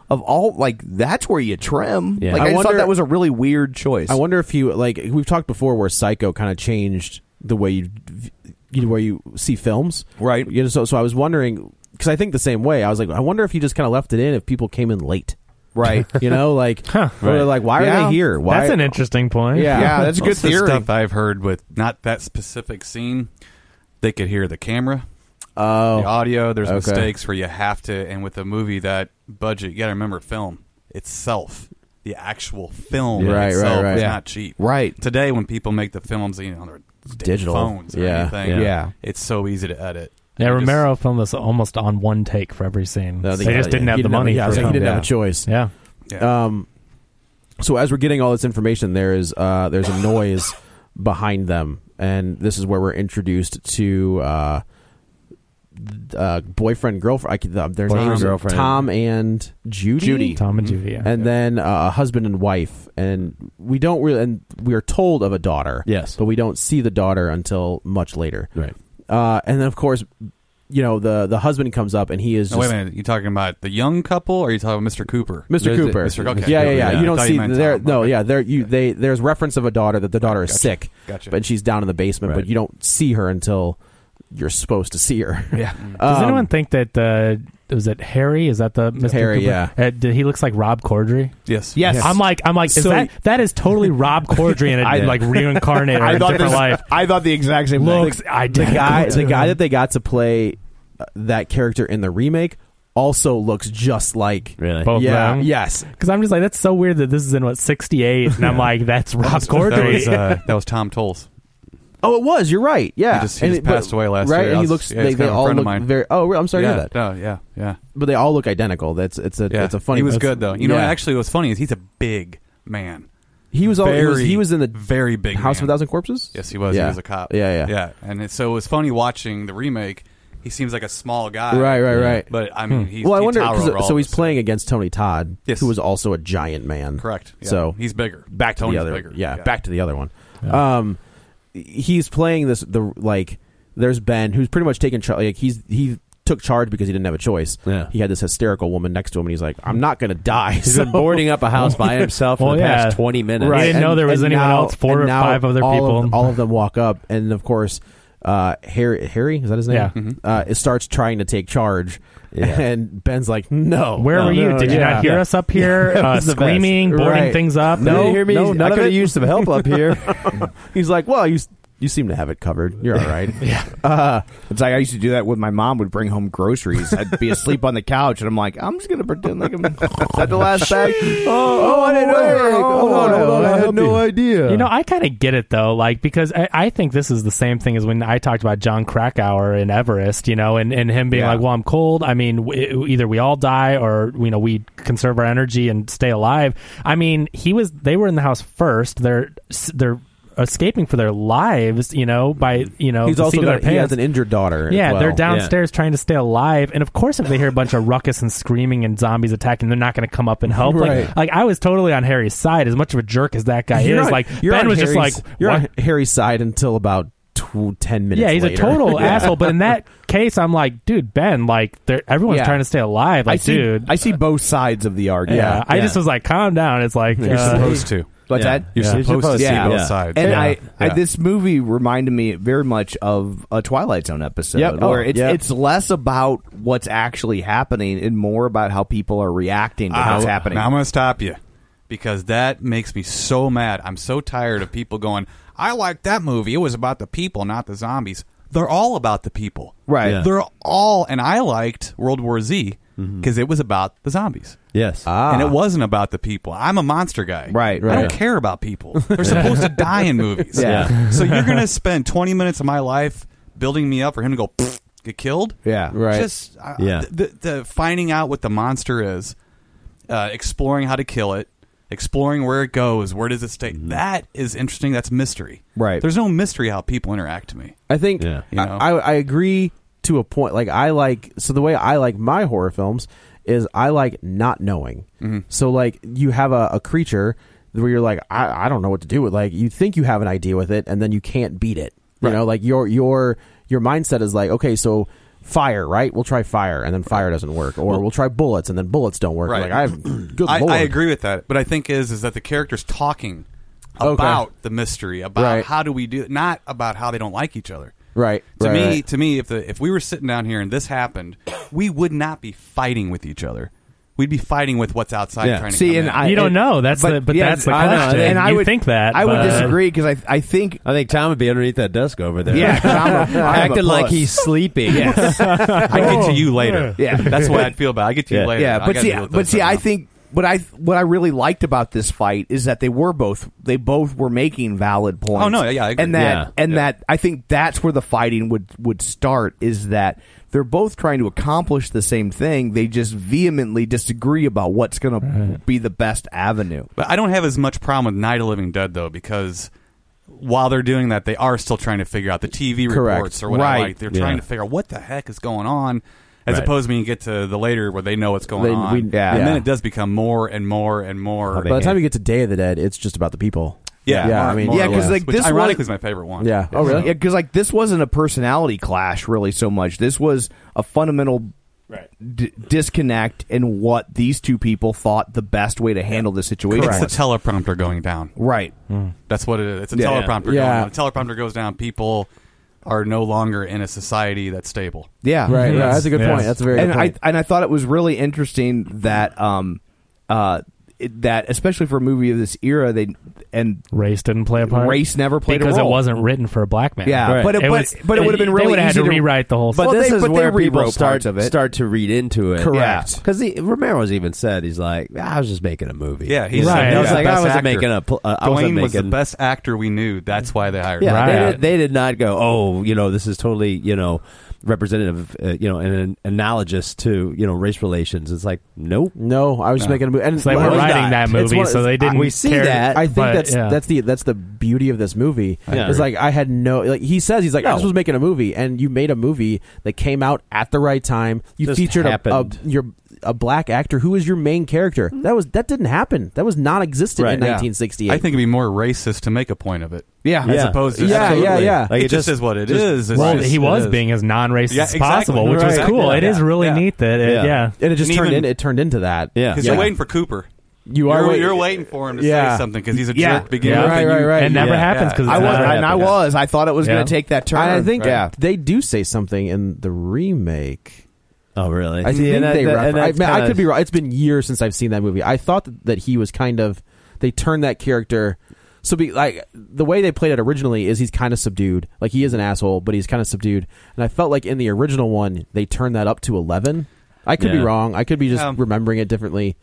A: of all like that's where you trim.
E: Yeah.
A: Like I,
B: I
A: just
B: wonder-
A: thought that was a really weird choice.
B: I wonder if you like we've talked before where Psycho kind of changed the way you, you where you see films,
A: Right.
B: You know, so so I was wondering because I think the same way. I was like, I wonder if you just kind of left it in if people came in late,
A: right?
B: you know, like
C: Huh.
B: or they're like, why
A: Yeah.
B: are they here? Why?
C: That's an interesting point.
B: Yeah. Oh,
A: yeah, that's a good
D: most of the
A: theory.
D: stuff I've heard with not that specific scene, they could hear the camera, the
B: oh,
D: audio. There's
B: okay.
D: mistakes where you have to, and with a movie that budget, you got to remember film itself, the actual film
B: Right, right,
D: itself
B: right.
D: is
B: Yeah.
D: not cheap.
A: Right.
D: today, when people make the films, you know, they're
B: digital.
D: phones or
B: Yeah,
D: anything.
A: yeah. Yeah.
D: it's so easy to edit.
C: Yeah,
D: You just-
C: Romero filmed this almost on one take for every scene.
B: No,
C: they, just didn't
B: he
C: have the money.
B: yeah, I was
C: for
B: like, he
C: it.
B: didn't have
A: Yeah.
B: a choice.
C: yeah.
D: yeah.
B: Um, so as we're getting all this information, there is uh, there's a noise behind them, and this is where we're introduced to uh, uh, boyfriend girlfriend. I, can- uh, their
E: Boyfriend,
B: names
E: girlfriend.
B: Tom and Judy.
C: Tom and Judy. Yeah.
B: And then uh, a husband and wife, and we don't really, and we are told of a daughter,
E: Yes.
B: but we don't see the daughter until much later.
E: Right.
B: Uh, and then, of course, you know the the husband comes up and he is
D: Now,
B: just
D: wait a minute. You talking about the young couple, or are you talking about Mr. Cooper?
B: Mr.
E: There's a-
B: Cooper.
D: Mr. Okay.
B: Yeah, yeah,
D: Cooper,
B: yeah.
D: yeah. I
B: You don't
D: thought you
B: see
D: meant
B: there.
D: Tom.
B: No,
D: Okay.
B: yeah. There you they there's reference of a daughter that the daughter is sick,
D: Gotcha.
B: but she's down in the basement.
E: Right.
B: But you don't see her until you're supposed to see her.
D: Yeah.
C: Does
B: Um,
C: anyone think that uh, was it Harry? Is that the Mr.
B: Harry,
C: Cooper?
B: yeah.
C: Uh, did- he looks like Rob Corddry.
D: Yes.
E: Yes.
C: I'm like, I'm like, is
B: So-
C: that that is totally Rob Corddry and
E: I-
C: like reincarnated in a different life.
E: I thought the exact same
C: Looks
B: the
C: identical.
B: guy
C: to
B: the guy
C: him.
B: that they got to play uh, that character in the remake also looks just like
E: Really?
C: Both
B: yeah
C: wrong?
B: yes
C: Because I'm just like, that's so weird that this is in what 68, and I'm like, that's Rob
D: That
C: Corddry.
D: was, uh, that was Tom Tolles.
B: oh it was you're right yeah
D: He just- he just passed away last
B: right
D: year.
B: and
D: I
B: he
D: was-
B: looks
D: yeah,
B: they,
D: he's
B: they
D: kind of a
B: all
D: friend of
B: look
D: mine.
B: very oh re- I'm sorry to hear
D: yeah.
B: that
D: No, yeah. Yeah.
B: but they all look identical that's it's a
D: Yeah.
B: it's a funny
D: He was
B: it's-
D: good though. You know,
B: yeah.
D: actually, what's funny is he's a big man.
B: he was all he was, he was in the
D: very big
B: House
D: man.
B: of a Thousand Corpses
D: Yes, he was.
B: Yeah.
D: He was a cop.
B: Yeah, yeah.
D: yeah. And it, so it was funny watching the remake. He seems like a small guy.
B: Right, right, right.
D: But I mean, he's
B: well, I
D: he
B: wonder.
D: tower
B: 'cause- uh,
D: over all
B: so he's
D: of us.
B: playing against Tony Todd,
D: Yes.
B: who was also a giant man.
D: Correct. Yeah.
B: So
D: he's bigger.
B: back to
D: Tony's
B: the other.
D: Bigger.
B: Yeah, back to the other one. Um, he's playing this. The like, there's Ben, who's pretty much taken charge. Like he's he took charge because he didn't have a choice.
E: Yeah.
B: He had this hysterical woman next to him, and he's like, "I'm not gonna die."
E: He's
B: so,
E: been boarding up a house by himself
C: Well,
E: for the
C: yeah.
E: past 20 minutes.
C: Right. I didn't know there was anyone else, four
B: Uh, and
C: or
B: now
C: five other
B: all
C: people.
B: Of, all of them walk up, and of course, uh, Harry. Harry is that his name?
C: Yeah.
F: Mm-hmm.
B: Uh, it starts trying to take charge, and Ben's like, "No,
C: Where
B: no,
C: were you?
B: no,
C: Did you
B: yeah.
C: not hear us up here
B: That
C: uh,
B: was the best.
C: screaming, boarding
B: Right.
C: things up?
B: No,
E: You hear me?
B: no, none
E: I
B: of
E: coulda
B: it.
E: used some help up here.
B: He's like, well, you s- you seem to have it covered. You're all right. yeah.
F: Uh, It's like I used to do that with my mom would bring home groceries. I'd be asleep on the couch, and I'm like, I'm just gonna pretend like I'm. Is that the last bag? Oh, I didn't know. Hold on, hold on. I had no idea.
C: You know, I kind of get it though, like because I, I think this is the same thing as when I talked about John Krakauer in Everest, you know, and, and him being
F: Yeah.
C: like, "Well, I'm cold. I mean, w- either we all die, or you know, we conserve our energy and stay alive." I mean, he was they were in the house first. They're s- they're escaping for their lives, you know, by you know,
B: He's
C: the
B: also
C: seat of
B: got-
C: their
B: he
C: pants.
B: has an injured daughter. as
C: Yeah,
B: well.
C: they're downstairs trying to stay alive, and of course, if they hear a bunch of ruckus and screaming and zombies attacking, they're not going to come up and help.
B: Right.
C: Like, like I was totally on Harry's side. As much of a jerk as that guy
B: You're
C: is,
B: on-
C: like
B: you're
C: Ben
B: on
C: was
B: Harry's-
C: just like,
B: you're
C: "What?"
B: on Harry's side until about tw- ten minutes.
C: yeah, he's
B: later.
C: a total asshole. But in that case, I'm like, dude, Ben, like, they're- everyone's
F: Yeah.
C: trying to stay alive.
F: I
C: Like,
F: see.
C: dude,
F: I see both sides of the
C: yeah,
F: argument.
C: I just was like, calm down. It's like,
D: You're
C: uh,
D: supposed to.
F: What's
E: Yeah.
F: that?
D: You're
E: Yeah.
D: supposed, to see
F: Yeah.
D: both
E: Yeah.
D: sides.
F: And
D: Yeah.
F: I, I,
D: Yeah.
F: this movie reminded me very much of a Twilight Zone episode,
B: Yep.
F: where
B: Oh,
F: it's
B: yep.
F: it's less about what's actually happening and more about how people are reacting to what's
D: I-
F: happening.
D: now I'm going to stop you because that makes me so mad. I'm so tired of people going, I like that movie. It was about the people, not the zombies. They're all about the people.
F: Right. Yeah.
D: They're all, and I liked World War Z because it was about the zombies.
E: Yes.
B: Uh,
D: And it wasn't about the people. I'm a monster guy.
F: Ah. Right,
D: I
F: right.
D: don't care about people. They're supposed to die in movies.
F: Yeah.
D: So you're going to spend 20 minutes of my life building me up for him to go "Pfft," get killed?
F: yeah,
B: right.
D: Just uh,
E: Yeah.
D: the, the finding out what the monster is, uh, exploring how to kill it, exploring where it goes, where does it stay. That is interesting. That's mystery.
F: Right.
D: There's no mystery how people interact to me.
B: I think
E: Yeah.
D: You
B: I-
D: know?
B: I, I agree to a point. Like I like so the way I like my horror films is I like not knowing.
D: Mm-hmm.
B: So like you have a, a creature where you're like I, I don't know what to do with. Like you think you have an idea with it, and then you can't beat it. You know, like your your your mindset is like okay, so fire, right? We'll try fire, and then fire doesn't work, or we'll try bullets, and then bullets don't work.
D: Right.
B: Like I've good
D: I,
B: lord.
D: I agree with that, but I think is is that the characters talking about the mystery, about
B: Right.
D: how do we do, not about how they don't like each other.
B: Right.
D: To
B: right,
D: me,
B: right.
D: to me, if the if we were sitting down here and this happened, we would not be fighting with each other. We'd be fighting with what's outside
E: Yeah.
D: trying to
F: See,
D: come
F: and
D: in.
F: I
C: You don't know. That's the- but that's the
F: I know.
C: question.
F: And I
C: You
F: would
C: think that,
F: I
C: but-
F: would disagree because I I think
E: I think Tom would be underneath that desk over there.
F: yeah, 'cause I'm a- I'm a
E: Acting like
F: puss.
E: he's sleeping.
D: I get to you later.
F: Yeah.
D: that's what I'd feel about. I get to you
E: Yeah.
D: later.
F: Yeah,
D: I
F: but
D: gotta
F: see,
D: deal with
F: but
D: this
F: see,
D: right
F: I
D: now.
F: think what I what I really liked about this fight is that they were both they both were making valid points.
D: Oh, no, yeah, yeah, I agree.
F: and that
E: Yeah.
F: and
D: Yeah.
F: that I think that's where the fighting would would start is that they're both trying to accomplish the same thing. They just vehemently disagree about what's going to be the best avenue.
D: But I don't have as much problem with Night of the Living Dead though, because while they're doing that, they are still trying to figure out the TV reports or what I
F: Right.
D: like. They're
E: Yeah.
D: trying to figure out what the heck is going on, as
E: Right.
D: opposed to when you get to the later where they know what's going
B: They-
D: on.
B: we-
D: and
B: yeah.
D: then it does become more and more and more.
B: By the time you get to Day of the Dead, it's just about the people.
D: Yeah,
B: Yeah,
D: more-
B: I mean,
D: more
B: yeah,
D: or
B: 'cause,
D: less.
B: like,
D: Which
A: this
D: ironically
A: was-
D: is my favorite one.
B: Yeah. Oh, really?
A: Yeah, because like this wasn't a personality clash really so much. This was a fundamental d- disconnect in what these two people thought the best way to handle the situation
D: it's the
A: was.
D: teleprompter going down.
A: right.
C: Hmm.
D: That's what it is. It's a
A: Yeah.
D: teleprompter.
B: Yeah.
D: Going down. The teleprompter goes down. People are no longer in a society that's stable.
A: Yeah.
B: Right. Yeah,
C: Yes.
B: that's a good
C: Yes.
B: point. That's a very
A: and
B: good
A: I
B: point.
A: and I thought it was really interesting that um uh it- that especially for a movie of this era they and
C: Race didn't play a part.
A: race never played
C: because
A: a role
C: it wasn't written for a black man.
A: Yeah,
E: Right.
A: but it, but,
C: It was-
A: but it would have been
C: they
A: really
C: would've had
A: easy
C: to rewrite the whole
A: But
C: thing.
E: this
A: they,
E: is
A: but
E: where
A: they
E: people
A: rewrote
E: start
A: parts of it.
E: start to read into it.
A: Correct.
E: Because Romero's even said he's like, I was just making a movie.
D: Yeah, he's
C: Right.
D: said
E: I
D: he
E: was
D: the
E: like,
D: best
E: I wasn't
D: actor.
E: making a. pl- Uh, I wasn't
D: Dwayne
E: making
D: was the best actor we knew. That's why they hired.
E: Yeah,
D: him.
E: they,
C: Right.
E: did, they did not go. Oh, you know, this is totally you know representative, uh, you know, and an analogous to you know race relations. It's like nope.
B: no, I was just making a movie. And
C: So they
B: Well,
C: were
B: it's
C: writing
B: not.
C: that
B: It's
C: movie,
B: one-
C: so they didn't.
E: we see
C: care-
E: that.
B: I think
C: but,
B: that's
C: yeah.
B: that's the that's the beauty of this movie.
E: Yeah.
B: It's like I had no like he says he's like I
E: No.
B: just was making a movie and you made a movie that came out at the right time. You
E: Just
B: featured a, a
E: happened.
B: your a black actor who is your main character. That was that didn't happen. That was non-existent
E: Right,
B: in
E: yeah.
B: 1968.
D: I think it'd be more racist to make a point of it.
A: Yeah.
D: as
E: Yeah.
D: opposed to
B: Yeah, yeah,
D: Absolutely.
B: yeah.
E: Like,
D: it,
E: it
D: just,
E: just-
D: is what it
E: just-
D: is. It's
C: Well,
D: just-
C: he was
D: it is.
C: being as non-racist
D: Yeah,
C: as
D: exactly.
C: possible, which was
D: Right.
C: cool.
D: Yeah.
C: It is really
D: Yeah.
C: neat that, it,
E: Yeah.
C: yeah.
B: and it just
D: and
B: turned
D: even-
B: in, it turned into that.
E: Yeah.
D: because
E: Yeah.
D: you're waiting for Cooper.
B: You are
D: you're,
B: waiting-
D: you're waiting for him to
B: Yeah.
D: say something because he's a
C: Yeah.
D: jerk. Beginning
C: Yeah.
D: with,
B: Right,
D: and
B: right,
D: you-
B: right.
C: It never
D: Yeah.
C: happens because
D: I
A: I
D: It's
A: was,
D: never
A: and I
D: happened.
A: was. I thought it was
C: Yeah.
A: going to take that turn.
B: And I think
A: yeah.
B: they do say something in the remake.
E: Oh, really?
B: I think they. refer- I,
E: that's
B: man, I
E: kinda-
B: could be wrong. It's been years since I've seen that movie. I thought that, that he was kind of. They turned that character. So be like the way they played it originally is he's kind of subdued. Like he is an asshole, but he's kind of subdued. And I felt like in the original one they turned that up to eleven. I could be
E: Yeah.
B: wrong. I could be just
D: Um,
B: remembering it differently.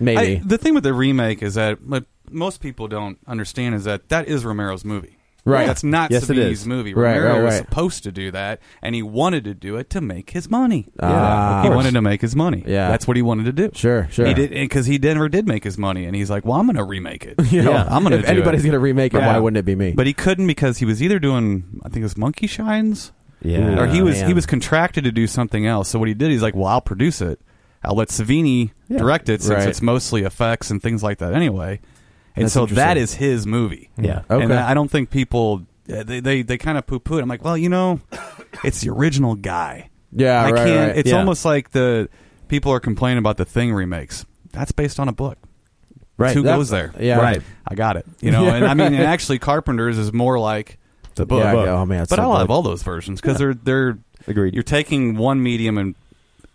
D: I,
B: Maybe
D: the thing with the remake is that what most people don't understand is that that is Romero's movie.
B: Right.
D: That's not
E: Yes, it
D: Savini's
E: is.
D: movie.
B: Right,
D: Romero
B: right,
D: was
B: right.
D: supposed to do that, and he wanted to do it to make his money.
B: Ah, of
D: he
B: course.
D: wanted to make his money.
B: Yeah.
D: That's what he wanted to do.
B: Sure, sure.
D: He did because he never did make his money, and he's like, "Well, I'm going to remake it.
B: You know,
D: I'm going to.
B: If anybody's gonna remake it,
D: Yeah.
B: why wouldn't it be me?
D: But he couldn't because he was either doing, I think it was Monkey Shines,
E: Yeah.
D: or he was
B: man.
D: he was contracted to do something else. So what he did, he's like, well, I'll produce it. I'll let Savini direct it since
B: Right.
D: it's mostly effects and things like that anyway. And
B: That's
D: so
B: interesting.
D: that is his movie.
E: Yeah.
D: And
B: Okay.
D: I I don't think people uh, they they, they kind of poo poo it. I'm like, well, you know, it's the original guy.
B: yeah,
D: I
B: Ah, right,
D: can't.
B: right.
D: It's
E: Yeah.
D: almost like the people are complaining about the thing remakes. That's based on a book.
E: Right.
D: Who
B: That-
D: goes there?
B: yeah. Right.
D: I got it. You know,
B: Yeah,
D: and I mean, and
B: right.
D: actually, Carpenter's is more like the book.
B: Yeah, oh, man, it's
D: but
B: so
D: I'll have
B: good.
D: all those versions because they're they're
E: Agreed.
D: You're taking one medium and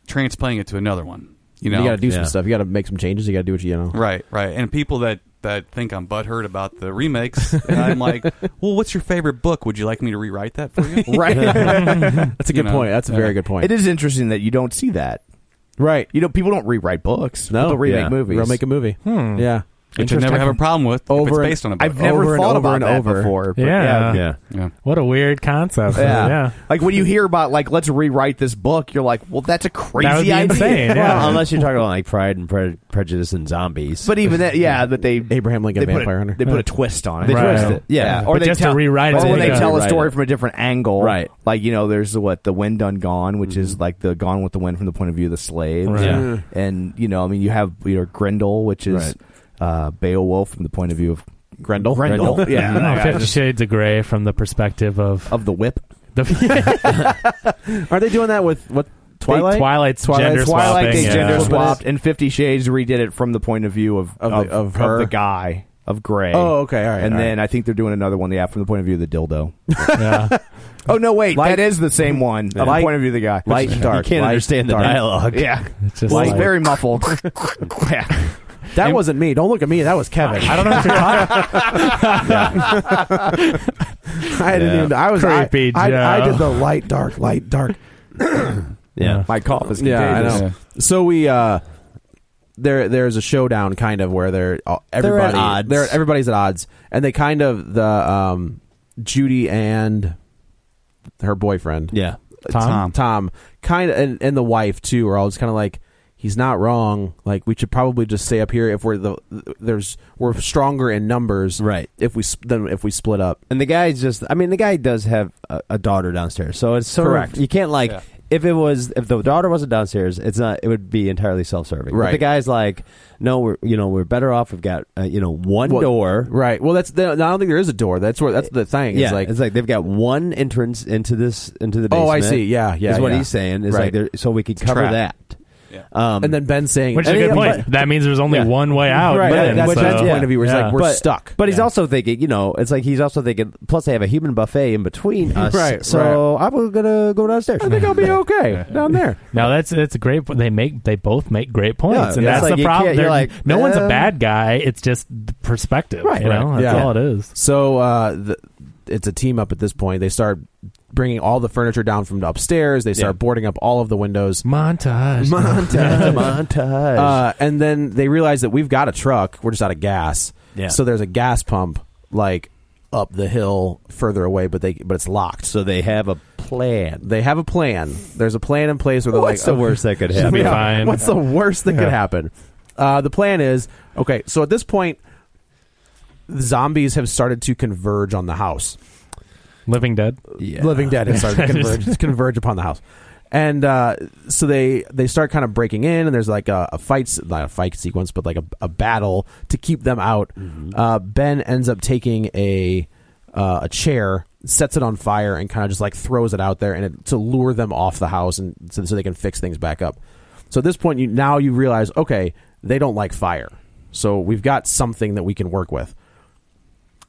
D: transplanting it to another one. You know,
B: You got to do some
E: Yeah.
B: stuff. You got to make some changes. You got to do what you you know.
D: right, right. And people that that think I'm butthurt about the remakes, and I'm like, well, what's your favorite book? Would you like me to rewrite that for you?
A: right.
B: That's a
D: You
B: good
D: know,
B: point. That's a
D: yeah.
B: very good point.
A: it is interesting that you don't see that.
B: right.
A: You know, people don't rewrite books.
B: No,
A: people remake
E: yeah.
A: movies.
B: We'll make a movie. Yeah.
D: Which I never have a problem with. if
B: Over and-
D: it's based on a book. Oh,
A: I've never
B: Over and
A: thought
B: over
A: about
B: and
A: that
B: over.
A: before. but
D: Uh,
C: Yeah.
E: Yeah.
D: yeah.
C: What a weird concept.
A: Yeah.
C: yeah.
A: Like when you hear about like let's rewrite this book, you're like, well, that's a crazy
C: That would be
A: idea.
C: insane.
E: Well,
C: Yeah.
E: unless you're talking about like Pride and Pre- Prejudice and zombies,
A: But even that, yeah, but they
B: Abraham Lincoln
A: they put
B: Vampire
A: a,
B: Hunter.
A: They put a twist on it.
E: They
C: Right.
E: twist it. Yeah.
A: or
C: But
A: they
C: just to
A: tell,
C: rewrite it,
A: or when
C: they
A: they
C: gotta
A: tell a
E: rewrite
A: story
E: it.
A: from a different angle,
E: Right.
A: Like you know, there's what the wind done gone, which is like the gone with the wind from the point of view of the slave,
C: Right.
E: Yeah.
A: and you know, I mean, you have your Grendel, which is
E: Right.
A: uh, Beowulf from the point of view of
B: Grendel.
A: Grendel, yeah,
C: No,
A: Yeah,
C: Fifty
A: just-
C: Shades of Grey from the perspective of
A: of the whip.
C: the
B: Are they doing that with what Twilight?
C: Twilight's
B: Twilight-
C: gender
A: Twilight
C: swapping.
A: they
C: yeah.
A: gender
B: Well, but
A: swapped, and Fifty Shades redid it from the point of view of
B: Of the- of her.
A: the guy of Gray.
B: Oh, okay, all right.
A: and
B: all
A: then I think they're doing another one. Yeah, from the point of view of the dildo.
C: Yeah.
A: Oh no, wait,
B: Light-
A: that is the same one. From
B: Light-
A: the point of view of the guy.
B: light and dark.
E: you can't
B: light,
E: understand the
B: dark.
E: dialogue.
A: Yeah,
C: It's just
A: well,
C: like-
A: it's very muffled. yeah.
B: That wasn't me. Don't look at me. That was Kevin.
C: I don't know what you're talking.
B: I didn't
E: Yeah.
B: even. I was I-
C: Creepy
B: I, I,
C: Joe.
B: did the light, dark, light, dark.
E: Yeah.
A: My cough is
B: Yeah, I
A: contagious.
B: know. So we. uh there, there's a showdown kind of where they're all- everybody,
E: odds.
B: they're- everybody's at odds, and they kind of the um, Judy and her boyfriend,
E: Yeah.
C: Tom?
B: Um, Tom, kind of, and, and the wife too, are all just kind of like, he's not wrong. Like we should probably just stay up here if we're the there's we're stronger in numbers,
E: Right.
B: If we sp- than if we split up,
E: And the guy's just, I mean, the guy does have a, a daughter downstairs. So it's sort
B: Correct.
E: of, you can't like, if it was if the daughter wasn't downstairs, it's not. It would be entirely self-serving. But
A: Right.
E: the guy's like, no, we're you know we're better off. We've got uh, you know one
B: Well,
E: door.
B: Right. Well, that's. The, I don't think there is a door. That's where. That's the thing.
E: Yeah,
B: Is like.
E: they've got one entrance into this into the. Basement,
B: Oh, I see. Yeah, yeah,
E: Is what
B: yeah.
E: he's saying. Is like
B: Right.
E: there, so we could cover
D: trap.
E: that.
D: Yeah.
E: Um,
B: and then Ben saying,
C: Which is uh, a
B: and
C: good
B: yeah,
C: point.
B: but-
C: that means there's only
E: Yeah.
C: one way out.
E: Right,
C: then,
E: yeah, that's
C: so,
E: Ben's
B: point of view is like, we're stuck.
E: But he's also thinking, you know, it's like he's also thinking. Plus, they have a human buffet in between us,
B: Right,
E: So I'm gonna go downstairs.
B: I think I'll be okay down there.
C: No, that's it's a great. po- They make they both make great points,
E: Yeah,
C: and
E: yeah. It's
C: that's
E: like
C: the
E: you
C: problem.
E: can't- you're
C: They're-
E: like,
C: no one's a
E: uh,
C: bad guy. It's just the perspective.
E: Right,
C: you know,
E: right.
C: that's
B: Yeah.
C: all it is.
B: So uh, the, it's a team up at this point. They start bringing all the furniture down from upstairs. They start
E: Yeah.
B: boarding up all of the windows.
C: Montage.
B: Montage.
E: montage.
B: Uh, and then they realize that we've got a truck. We're just out of gas.
E: Yeah.
B: So there's a gas pump like up the hill further away, but they but it's locked. So
E: so they have a plan.
B: they have a plan. There's a plan in place where they're
E: What's
B: like,
E: the
B: "Okay,
E: worst that could
C: Should
E: happen?
C: be fine.
B: What's the worst that could happen? Uh, the plan is okay. So at this point, zombies have started to converge on the house.
C: Living Dead.
E: Yeah.
B: Living Dead has started to converge, converge upon the house, and uh, so they they start kind of breaking in, and there's like a, a fight, se- not a fight sequence, but like a, a battle to keep them out. Uh, ben ends up taking a uh, a chair, sets it on fire, and kind of just like throws it out there, and it, to lure them off the house, and so, so they can fix things back up. So at this point, you now you realize, okay, they don't like fire, so we've got something that we can work with.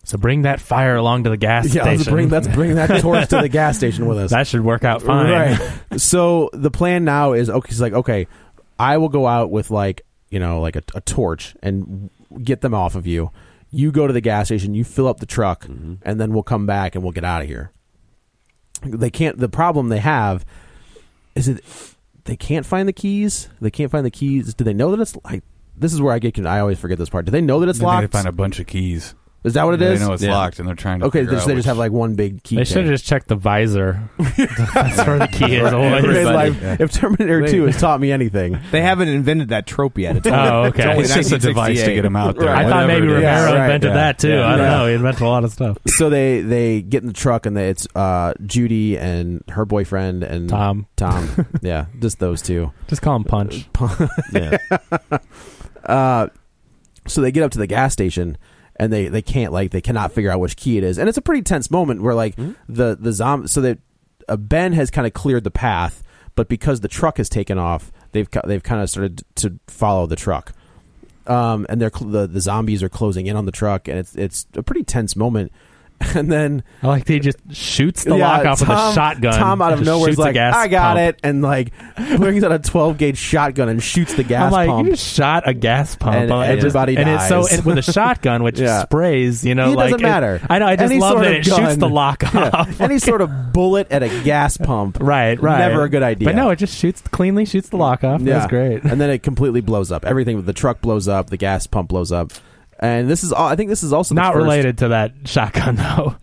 C: So bring that fire along to the gas
B: Yeah,
C: station.
B: let's bring, let's bring that torch to the gas station with us.
C: that should work out fine.
B: Right. so the plan now is okay. He's like, okay, I will go out with like you know like a, a torch and get them off of you. You go to the gas station, you fill up the truck, and then we'll come back and we'll get out of here. They can't. The problem they have is it they can't find the keys. They can't find the keys. Do they know that it's like? This is where I get. con- I always forget this part. Do they know that it's
D: Then
B: locked?
D: They find a bunch of keys.
B: is that what it
D: they
B: is?
D: know it's
E: Yeah.
D: locked, and they're trying to.
B: okay,
D: figure
B: they just,
D: out
B: they just
D: which-
B: have like one big key.
C: They should
B: chain.
C: have just checked the visor. That's where the key is always.
B: It's
D: Everybody.
B: like, If Terminator Two has taught me anything,
F: They haven't invented that trope yet. It's only,
C: Oh,
F: it's
C: okay.
F: only
D: It's just a device to
F: 1968.
D: get them out there.
C: I thought
D: whatever
C: maybe
D: it is.
C: Romero
B: right,
C: invented
B: yeah.
C: that too. I don't
B: Yeah.
C: know. He invented a lot of stuff.
B: so they they get in the truck and they, it's uh, Judy and her boyfriend and
C: Tom,
B: Tom. yeah, just those two.
C: just call him Punch.
E: Yeah.
B: Uh, So they get up to the gas station and they they can't like they cannot figure out which key it is, and it's a pretty tense moment where like the the zombie. So that uh, Ben has kind of cleared the path, but because the truck has taken off, they've ki- they've kind of started to follow the truck. Um, and they're cl- the, the zombies are closing in on the truck, and it's it's a pretty tense moment. And then
C: I like that he just shoots the lock off with a shotgun.
B: Tom out of
C: Just
B: nowhere is
C: shoots a
B: like,
C: gas
B: I got
C: pump.
B: it, and like brings out a 12 gauge shotgun and shoots the gas
C: I'm like,
B: pump.
C: you just shot a gas pump.
B: And
C: I'm like, it just-
B: everybody
C: and
B: dies.
C: it's so and with a shotgun, which
B: Yeah.
C: sprays. You know,
B: It
C: like
B: doesn't matter.
C: I know. I just
B: Any
C: love
B: sort
C: that
B: of
C: it shoots
B: gun.
C: the lock off.
B: Any sort of bullet at a gas pump,
C: right, right.
B: Never a good idea.
C: But no, it just shoots cleanly. Shoots the lock off.
B: Yeah.
C: That's great.
B: and then it completely blows up. Everything the truck blows up, the gas pump blows up, and this is all. I think this is also the
C: Not
B: first-
C: related to that shotgun though.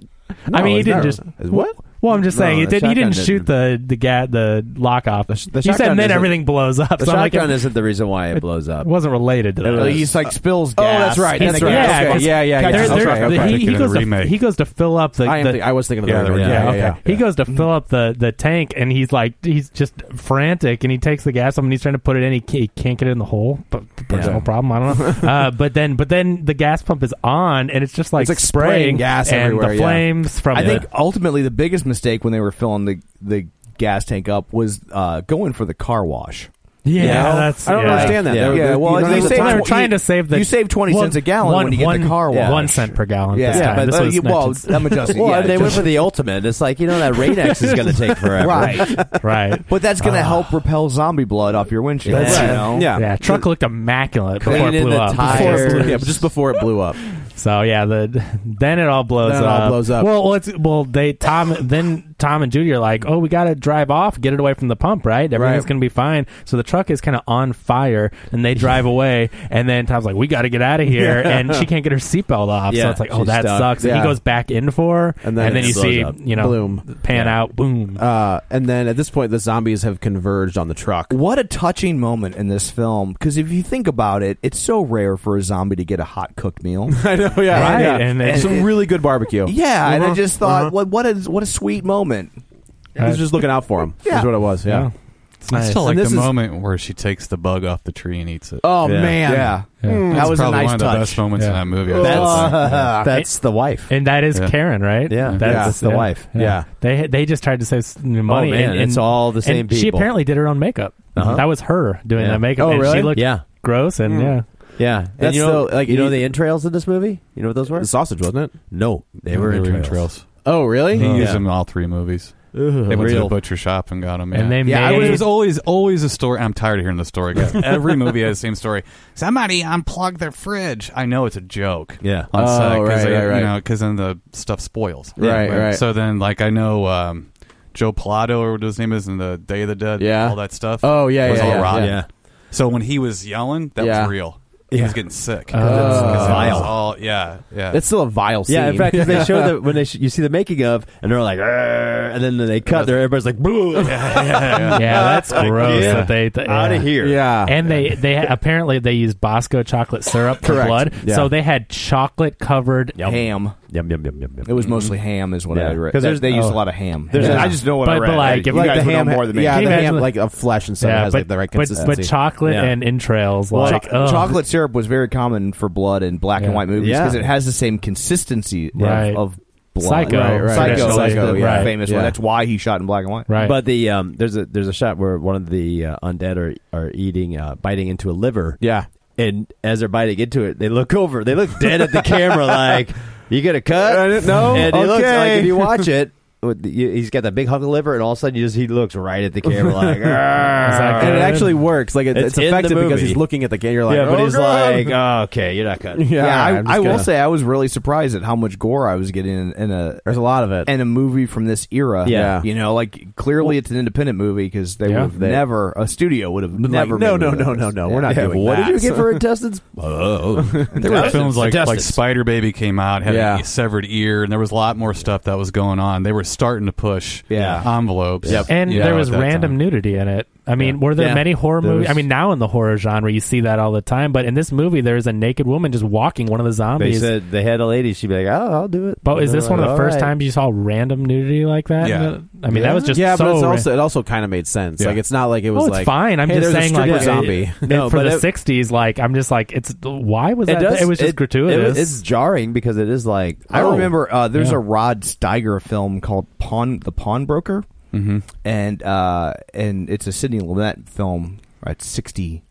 C: I mean, he
B: it's
C: didn't
B: not-
C: just
B: what?
C: Well, I'm just
A: No,
C: saying it
A: the
C: did, he didn't,
A: shotgun
C: shoot the the ga- the lock off.
E: the
C: he said,
E: shotgun
C: and then
E: isn't-
C: everything blows up.
E: The
C: so I'm like,
E: shotgun
C: it
E: isn't the reason why it blows up.
C: wasn't related to that.
E: was-
F: He's like spills
B: Oh,
F: gas.
B: that's right.
C: He's-
B: That's right.
C: yeah,
B: Okay.
C: 'cause
B: yeah, yeah, yeah.
C: they're-
B: That's
C: they're-
B: right,
C: the-
B: okay.
C: he- he
D: Thinking of
C: goes
D: the
C: to-
D: remake.
C: He goes to fill up the.
B: I, am
C: the-
B: thi- I was thinking of
D: Yeah,
B: the
D: the-
B: yeah,
D: yeah,
B: yeah,
C: okay.
B: yeah.
C: He goes to fill up the, the tank, and he's like, he's just frantic, and he takes the gas up, and he's trying to put it in. He can't, he can't get it in the hole, but personal problem. I don't know. uh, but then, but then the gas pump is on, and it's just like
B: It's like spraying
C: spraying
B: gas
C: and
B: everywhere,
C: the
B: yeah.
C: flames from.
F: I
C: the-
F: think ultimately the biggest mistake when they were filling the the gas tank up was uh, going for the car wash.
C: yeah,
B: Yeah.
C: that's.
B: I don't
C: yeah.
B: understand that.
E: Yeah.
B: They're-
E: Yeah,
B: they're-
F: well,
B: you
F: they
B: don't have the
F: say
B: time.
F: they're
C: They were trying to save the.
F: You save 20
C: one-
F: cents a gallon
C: one-
F: when you get
C: one-
F: the car wash.
C: One cent per gallon.
F: Yeah.
C: This
F: Yeah,
C: time.
F: but,
C: this
F: uh,
C: was
F: you- well,
C: 19
F: I'm adjusting.
E: Well,
F: yeah,
E: and they went
F: just-
E: for the ultimate. It's like you know that Rain-X is going to take forever.
F: right.
C: right.
F: But that's
E: Uh.
F: going to help repel zombie blood off your windshield.
C: That's-
F: you know?
B: Yeah.
C: Yeah, truck looked immaculate before
E: Cleaning
C: it blew
E: the
C: up.
E: tires.
C: Before it blew-
B: yeah, but just before it blew up.
C: So yeah, the then it all blows
B: Then it all
C: up.
B: blows up.
C: Well, well, it's, well, they Tom then Tom and Judy are like, "Oh, we got to drive off, get it away from the pump, right? Everything's
B: Right.
C: going to be fine." So the truck is kind of on fire, and they drive away, and then Tom's like, "We got to get out of here," and she can't get her seatbelt off. so
E: Yeah,
C: it's like, "Oh,
E: she's
C: that
E: stuck.
C: sucks." And
B: Yeah.
C: he goes back in for, her,
B: And
C: and
B: then
C: then,
B: it
C: you
E: blows
C: see,
E: up.
C: you know,
B: Bloom.
C: pan out, boom.
B: Uh, and then at this point, the zombies have converged on the truck.
F: What a touching moment in this film. Because if you think about it, it's so rare for a zombie to get a hot cooked meal.
B: I know, yeah,
C: Oh, Right,
B: yeah.
C: and it-
B: some really good barbecue.
F: Yeah, and I
B: Uh-huh,
F: just thought,
B: uh-huh.
F: what what a what a sweet moment.
B: I was just looking out for him. That's what it was. Yeah.
C: It's nice.
D: I still like
B: And
D: the
B: this is-
D: moment where she takes the bug off the tree and eats it.
B: Oh
E: Yeah.
B: man.
A: Yeah.
C: Yeah.
B: Hmm.
A: Mm,
D: That's
A: that was a
D: probably
A: nice
D: one of the
A: touch.
D: best moments in
C: Yeah.
D: that movie.
B: Oh.
D: I
E: That's- uh,
D: think.
E: That's the wife.
C: And that is
D: Yeah.
C: Karen, right?
E: Yeah.
C: that's
E: Yeah. That's the wife. Yeah.
C: they they just tried to save s- money.
E: oh man,
C: and,
E: it's
C: and-
E: all the same
C: and
E: people.
C: She apparently did her own makeup.
E: Uh-huh.
C: That was her doing
E: Yeah.
C: that makeup.
E: Oh,
C: and
E: really?
C: She looked
E: Yeah.
C: gross and yeah.
E: yeah, and
B: That's
E: you know,
B: the- like,
E: like you know
B: you-
E: the entrails in this movie. You know what those were?
B: The sausage wasn't it?
E: No, they were
D: in
E: entrails.
D: trails.
B: Oh really?
D: They use
E: yeah.
D: them in all three movies.
E: Ugh,
D: They went to
E: real.
D: the butcher shop and got them. Yeah.
C: And they
D: yeah,
C: made-
D: I was, there's always always a story. I'm tired of hearing the story because every movie has the same story. Somebody unplugged their fridge. I know it's a joke.
E: Yeah.
D: on
B: Oh,
D: set
B: right,
D: because
B: right, right.
D: you know because then the stuff spoils.
B: Right, right.
D: So then like I know. Um, Joe Pilato, or what his name is, in the Day of the Dead,
B: Yeah.
D: all that stuff.
B: Oh, yeah,
D: was
B: yeah,
D: all
B: yeah,
D: rotten.
E: yeah.
D: So when he was yelling, that
B: Yeah.
D: was real. He was getting sick.
C: Oh.
D: 'Cause it was
E: Vile.
D: all- yeah, yeah.
B: That's still a vile scene.
E: Yeah, in fact, 'cause they show the when they sh- you see the making of, and they're like, "Arr," and then they cut. There, everybody's like, "Boo!"
C: Yeah, that's gross.
E: Yeah.
C: That they th-
E: Out
C: yeah.
E: of here.
B: yeah.
C: And they they had, apparently they used Bosco chocolate syrup for
B: Correct.
C: blood,
B: Yeah.
C: so they had chocolate covered.
A: Ham.
E: Yum yum yum yum yum.
A: It was mostly ham, is what
E: Mm-hmm. Yeah.
A: I read.
E: 'Cause there's-
A: Because they used
C: oh.
A: a lot of ham.
E: There's
A: Yeah.
E: a-
A: I just know what I
C: But-
A: read.
C: but like, if
A: you
C: you
A: guys
B: the
A: would know
B: ham,
A: more than me.
B: yeah,
C: Can
B: the
C: you
B: ham
C: imagine-
B: like a flesh and stuff
C: Yeah,
B: has
C: but,
B: like the right
C: but,
B: consistency.
C: but chocolate
E: Yeah.
C: and entrails,
A: Well,
C: like
A: cho-
C: ugh.
A: chocolate syrup was very common for blood in black
C: uh, Yeah.
A: and white movies
E: Yeah.
A: because it has the same consistency of-
C: Right.
A: of, blood.
C: Psycho,
B: Right, right.
A: Psycho,
C: traditionally.
A: is the
C: right,
A: famous
B: yeah.
A: one. That's why he shot in black and white.
C: right.
E: But the um, there's a there's a shot where one of the uh, undead are are eating uh, biting into a liver.
B: yeah.
E: and as they're biting into it, they look over. They look dead at the camera, like you gonna cut?
B: no.
E: And he looks like
B: Okay.
E: if you watch it, with the- you- he's got that big hunk of liver, and all of a sudden, you just he looks right at the camera, like. "Arr."
C: Is that
B: And it
C: good?
B: actually works. Like it,
E: It's
B: it's,
E: in the
B: effective because
E: movie.
B: he's looking at the camera. You're like,
E: yeah, but
B: "Oh,
E: he's
B: God."
E: like, "Oh, okay, you're not cutting.
B: yeah.
A: Yeah,
B: I'm just
A: I, I will
B: gonna-
A: say I was really surprised at how much gore I was getting in, in a
B: there's a lot of it.
A: in a movie from this era.
B: Yeah.
A: you know, like clearly it's an independent movie because they
C: Yeah.
A: would have never a studio would have
B: Like,
A: never.
B: no,
A: made
B: no,
A: one of
B: no, no,
A: those.
B: no.
A: Yeah.
B: We're not
A: Yeah,
B: doing
E: What
B: that.
E: did you get for intestines? oh,
D: there were films like like Spider Baby came out, had
B: Yeah.
D: a severed ear, and there was a lot more stuff that was going on. They were starting to push
A: Yeah.
D: envelopes.
C: and
D: you know,
C: there
D: at
C: was
D: that
C: random
D: time.
C: nudity in it. I mean, were there
E: Yeah.
C: many horror
E: There
C: movies? I
E: was-
C: mean, now in the horror genre, you see that all the time. But in this movie, there is a naked woman just walking one of the
E: they
C: zombies.
E: said they had a lady. She'd be like, "Oh, I'll do it."
C: but is this
E: They're
C: one of
E: like,
C: the
E: "All
C: first
E: right."
C: times you saw random nudity like that?
D: Yeah.
C: I mean, that was just
B: yeah,
C: so
B: but it's
C: ra-
B: also it also kind of made sense.
D: Yeah.
B: Like it's not like it was
C: Oh, it's
B: like
C: fine. I'm
B: hey,
C: just
B: there's
C: saying,
B: a
C: like,
B: stripper
C: it-
B: zombie.
E: No,
C: for
E: but
C: the
E: it-
C: '60s. Like, I'm just like, it's why was
E: It
C: that?
E: does.
C: it was just gratuitous.
E: it's jarring because it is like
A: I
E: oh.
A: remember uh, there's
C: Yeah.
A: a Rod Steiger film called Pawn the Pawnbroker, mm-hmm. and uh, and it's a Sidney Lumet film at 64,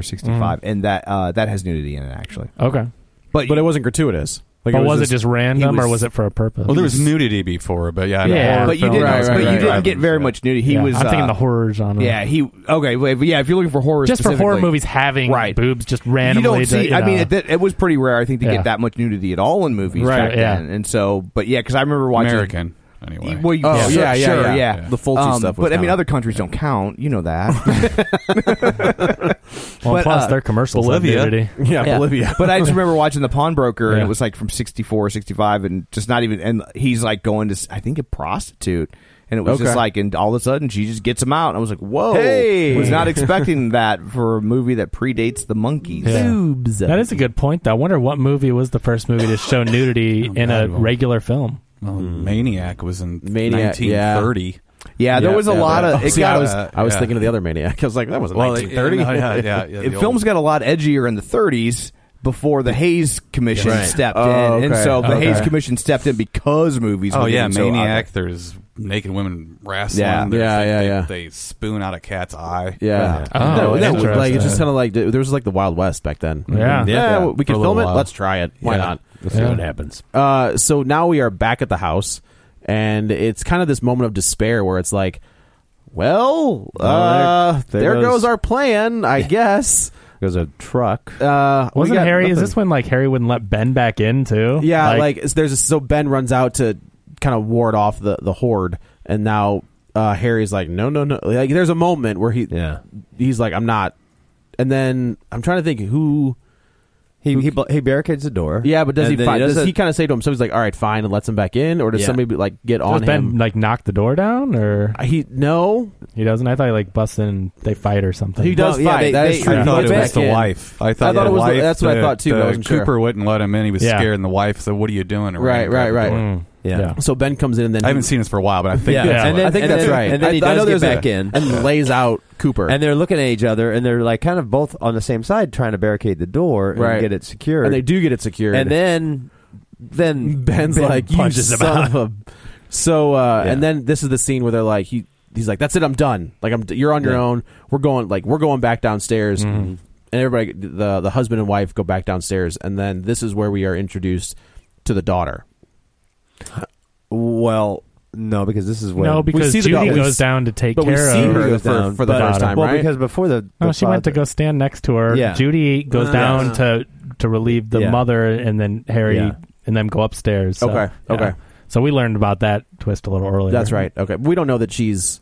C: Mm-hmm.
A: 65, and that uh, that has nudity in it actually.
C: okay,
A: But,
B: But it wasn't gratuitous. Like
C: but was, it
B: just-
C: just random
A: was-
C: or was it for a purpose?
D: Well, there was nudity before, but yeah, in
C: Yeah.
D: horror
A: but you
D: films,
A: didn't,
D: that was
A: but
D: pretty
A: you didn't
D: prevalent.
A: get very much nudity. He
C: Yeah,
A: was
C: I'm thinking
A: uh,
C: the horror genre.
A: Yeah, he okay. Wait, but yeah, if you're looking for horror,
C: just for horror
A: specifically,
C: movies having
A: Right.
C: boobs just
A: you
C: randomly.
A: don't
C: to-
A: see.
C: you
A: I mean,
C: know.
A: it, it was pretty rare, I think, to
C: Yeah.
A: get that much nudity at all in movies
C: Right,
A: back
C: yeah.
A: then. And so, but yeah, because I remember watching
D: American anyway.
A: Well, you-
B: Oh,
A: sure,
B: yeah, yeah,
A: sure,
B: yeah.
A: yeah.
B: The Fulci
A: Um,
B: stuff was
A: But I mean,
B: kinda-
A: other countries don't count. You know that.
C: well,
A: but,
C: plus
A: uh,
C: their commercials have
D: Bolivia.
C: nudity.
B: yeah,
A: Yeah.
B: Bolivia.
A: but I just remember watching The Pawnbroker, and
C: Yeah.
A: it was like from 64, 65, and just not even. And he's like going to, s- I think, a prostitute. And it was
B: Okay.
A: just like, and all of a sudden she just gets him out. And I was like, whoa.
B: Hey.
A: Was not expecting that for a movie that predates The Monkeys.
C: Yeah. That is a good point, though. I wonder what movie was the first movie to show nudity in a
D: God, well.
C: regular film.
D: Well, Maniac was in
B: Maniac, yeah.
D: 1930.
A: Yeah, there was a lot of. It
B: See,
A: got,
B: I was
D: uh,
B: I was
D: yeah.
B: thinking of the other maniac. I was like, that was
D: Well,
B: 1930.
D: yeah, yeah, yeah, yeah,
A: it,
D: the
A: films
D: old-
A: got a lot edgier in the 30s before the Hayes Commission
B: Right.
A: stepped
B: Oh,
A: in, and
B: okay.
A: so the
C: Okay.
A: Hayes Commission stepped in because movies.
D: Oh
A: were
D: yeah,
A: getting so
D: Maniac.
A: out
D: there's naked women wrestling.
A: Yeah.
D: There's-
B: Yeah, yeah,
D: they,
B: yeah.
D: They spoon out a cat's eye.
B: yeah.
C: Oh,
B: No, that was- like
C: interesting.
B: it's just kind of like there was like the Wild West back then.
C: Yeah.
B: yeah,
D: Yeah.
B: we
D: For a
B: can
D: little
B: film it.
D: while.
B: Let's try it. Why
D: Yeah.
B: not?
E: Let's see
C: Yeah.
E: what happens.
B: Uh, so now we are back at the house, and it's kind of this moment of despair where it's like, well, uh,
E: there-
B: there,
E: there
B: goes.
E: goes-
B: our plan, I guess.
E: There's a truck.
B: Uh, we
C: Wasn't
B: got
C: Harry? Is
B: nothing.
C: this when like Harry wouldn't let Ben back in too?
B: Yeah, like, it's- there's a, so Ben runs out to kind of ward off the the horde, and now uh, Harry's like, no, no, no. Like there's a moment where he
E: Yeah.
B: he's like, I'm not. And then I'm trying to think who.
E: He he, bl- he barricades the door.
B: Yeah, but does
E: And
B: he?
E: then
B: Find, does
E: doesn't-
B: he kind of say to him? So he's like, all right, fine, and lets him back in, or does
E: Yeah.
B: somebody like get on
C: does Ben
B: him?
C: like knock the door down or
B: He no,
C: he doesn't? I thought he like busts in and they fight or something.
B: he does
E: Well, yeah,
B: fight.
E: they-
B: That
E: they-
B: is true.
D: I
E: Yeah.
B: He
D: thought it
B: goes
D: was
B: back
D: the
B: in.
D: wife. I
B: I
D: thought,
B: thought it
D: the
B: was the-
D: wife-
B: that's what I
D: the-
B: thought, too, but I
D: The
B: wasn't sure.
D: Cooper wouldn't let him in. He was
C: Yeah.
D: scared, and the wife said, "What are you doing?"
B: Right, right, right.
C: Mm.
E: Yeah.
C: Yeah.
B: So Ben comes in and then
D: I haven't seen this for a while, but I think
E: Yeah.
D: that's
E: And
D: what-
E: then-
B: I think
E: and
B: that's
E: then-
B: right.
E: and then he
B: I, I
E: does
B: know
E: get
B: there's
E: back
B: a,
E: in.
B: and lays out Cooper,
E: And they're looking at each other, and they're like kind of both on the same side, trying to barricade the door and
B: Right.
E: get it secured.
B: and they do get it secured.
E: And then, then
B: Ben's
E: Ben
B: like, "You
E: punches him
B: son
E: out."
B: of a." So, uh,
E: Yeah.
B: and then this is the scene where they're like, "He." He's like, "That's it. I'm done. Like, I'm. You're on your
E: Yeah.
B: own. We're going. Like, we're going back downstairs." And everybody, the the husband and wife, go back downstairs, and then this is where we are introduced to the daughter.
E: Well, no, because this is when
C: no, because
B: see the
C: Judy
B: doll.
C: goes down to take
B: but we
C: care
B: see
C: of.
B: her
E: goes
B: the fir-
E: down,
B: for the
E: but-
B: first time,
E: well,
B: right?
E: because before the, the
C: No, she went to
E: father-
C: go stand next to her.
E: Yeah.
C: Judy goes
B: Uh,
C: down
B: yes.
C: to to relieve the
E: Yeah.
C: mother, and then Harry
E: Yeah.
C: and them go upstairs. So,
B: Okay,
C: yeah.
B: okay.
C: So we learned about that twist a little earlier.
B: That's right. Okay, we don't know that she's.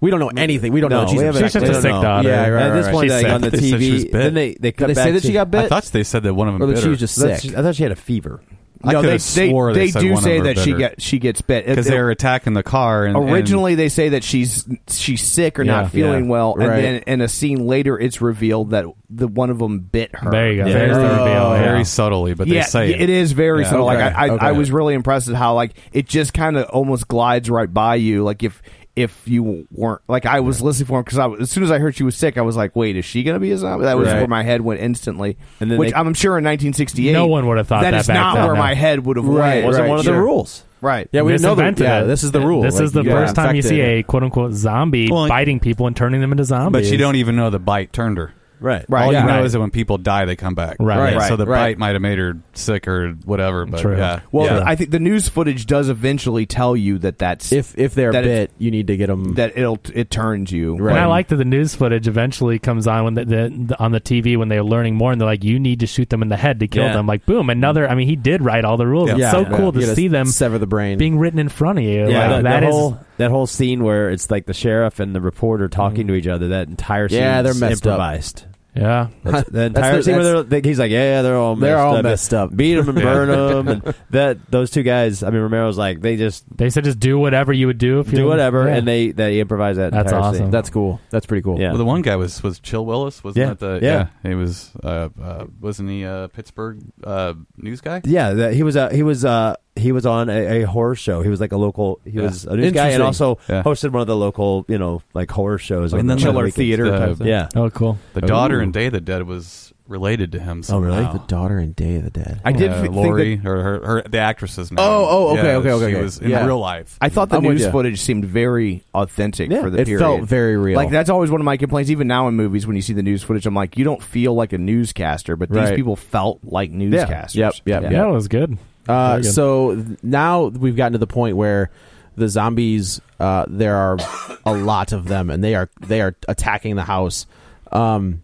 B: We don't know anything. We don't
E: No,
B: know that she's
E: we haven't-
C: She's just
E: They
C: a
E: don't
C: sick
E: know.
C: daughter.
B: Yeah, right.
E: at this point
C: She's
E: like,
C: sick.
E: on the
D: They said she was
E: TV.
D: bit.
E: Then they they cut
B: Did they
E: back
B: say that
E: to-
B: she got bit?
D: I thought they said that one of them
B: or that
D: bit
B: she
D: her.
B: was just
E: I thought
B: sick.
E: she- I thought she had a fever.
D: I
F: no,
D: could
F: they
D: have
F: they,
D: swore
F: they,
D: they, said
F: do
D: one of
F: say
D: them
F: that
D: bit
F: she
D: her.
F: get she gets bit
D: because they're attacking the car and and-
F: Originally, they say that she's she's sick or
C: Yeah.
F: not feeling
C: Yeah.
F: well,
B: Right.
F: and then in a scene later, it's revealed that the one of them bit her.
C: There you go. There's the reveal. yeah.
D: very subtly, but they
F: yeah,
D: say
F: it is very
D: Yeah.
F: subtle. Like
D: Okay.
F: I, I, I
D: Okay.
F: was really impressed at how like it just kind of almost glides right by you. Like if if you weren't like I was listening for him because I was- as soon as I heard she was sick, I was like, wait, is she gonna be a zombie? That was
B: Right.
F: where my head went instantly.
E: And then
F: which
E: they-
F: I'm sure in 1968,
C: No one would have thought that
F: is
C: back
F: not
C: then,
F: where
C: no.
F: my head would have
B: Right,
F: went.
B: wasn't
F: Right,
B: one of the
F: sure.
B: rules.
F: Right.
B: Yeah, we
C: This
B: didn't know that.
C: invented
B: Yeah,
C: it.
B: this is the rule.
C: This
B: Like,
C: is the
B: you got
C: first time you see
B: infected.
C: a quote unquote zombie
D: Well,
C: biting people and turning them into zombies.
D: but you don't even know the bite turned her.
E: Right.
D: All
F: yeah.
D: you know
C: Right.
D: is that when people die, they come back.
C: Right. Right.
D: Yeah, So the
B: Right.
D: bite might have made her sick or whatever. But
C: True.
D: yeah.
F: Well,
D: yeah.
F: I think the news footage does eventually tell you that that's
B: If if they're
F: That
B: bit, you need to get them.
F: that it'll it turns you.
B: Right.
C: And I like that the news footage eventually comes on when the, the, the- on the TV when they're learning more and they're like, "You need to shoot them in the head to kill
E: Yeah.
C: them." Like, boom, another. I mean, he did write all the rules.
D: Yeah.
C: It's so cool
B: You
C: to
B: gotta
C: see them
B: sever the brain.
C: being written in front of
E: Yeah,
C: you. like,
E: that,
C: that
E: that
C: is
E: whole that whole scene where it's like the sheriff and the reporter talking to each other. That entire scene,
B: Mm-hmm. Yeah, they're
E: is
B: messed up.
E: improvised.
C: yeah.
E: That's, the
B: That's
E: entire
B: the-
E: scene where they're, he's like, yeah, they're all
B: They're
E: messed
B: all
E: up.
B: messed up.
E: Beat them and burn them. And that those two guys. I mean, Romero's like they just
C: They said just do whatever you would do if you
E: do whatever,
C: Yeah.
E: and they they improvise that.
C: That's
E: entire
C: awesome.
E: Scene.
B: That's cool. That's pretty cool.
E: Yeah.
D: Well, the one guy was was Chill Willis, wasn't
E: Yeah.
D: that the
E: Yeah.
D: He was uh, uh wasn't he a Pittsburgh uh news guy?
E: Yeah, that he was uh, he was uh, he was on a, a horror show. He was like a local. He
D: Yeah.
E: was a news guy and
B: Interesting.
E: also
D: Yeah.
E: hosted one of the local, you know, like horror shows
D: Like
E: on the
D: the-
E: chiller
D: like
E: theater.
D: the-
E: type thing. Yeah.
C: Oh, cool.
D: The daughter
E: Ooh.
D: in Day of the Dead was related to him.
E: Oh, really?
D: somehow.
B: The daughter in Day of the Dead.
F: I did
D: Uh,
F: think that-
D: Lori, her, her, her, the actress's name.
B: Oh, oh, okay,
D: Yeah,
B: okay, okay,
D: She
B: okay.
D: was in
B: Yeah.
D: real life.
F: I thought the
B: I'm with
F: news
B: ya.
F: footage seemed very authentic
E: Yeah,
F: for the
B: it
F: period.
B: felt very real.
F: Like that's always one of my complaints. Even now in movies, when you see the news footage, I'm like, you don't feel like a newscaster, but these
B: Right.
F: people felt like newscasters.
B: Yep, yep,
C: Yeah,
B: yep.
C: it was good.
B: Uh,
C: Very good.
B: so th- now we've gotten to the point where the zombies uh, there are a lot of them and they are they are attacking the house um,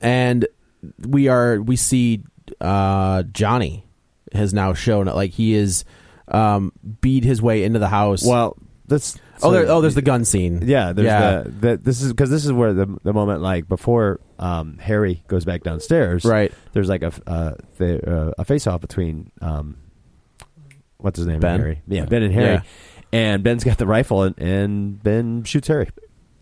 B: and we are we see uh, Johnny has now shown like he is um, beat his way into the house
E: Well, that's
B: oh there, oh there's the gun scene
E: Yeah, there's The, the this is because this is where the the moment like before um, Harry goes back downstairs.
B: Right.
E: There's like a f- uh, the, uh, a face off between um, what's his name
B: Ben?
E: and Harry. Yeah, Ben and Harry.
B: Yeah.
E: And Ben's got the rifle, and, and Ben shoots Harry.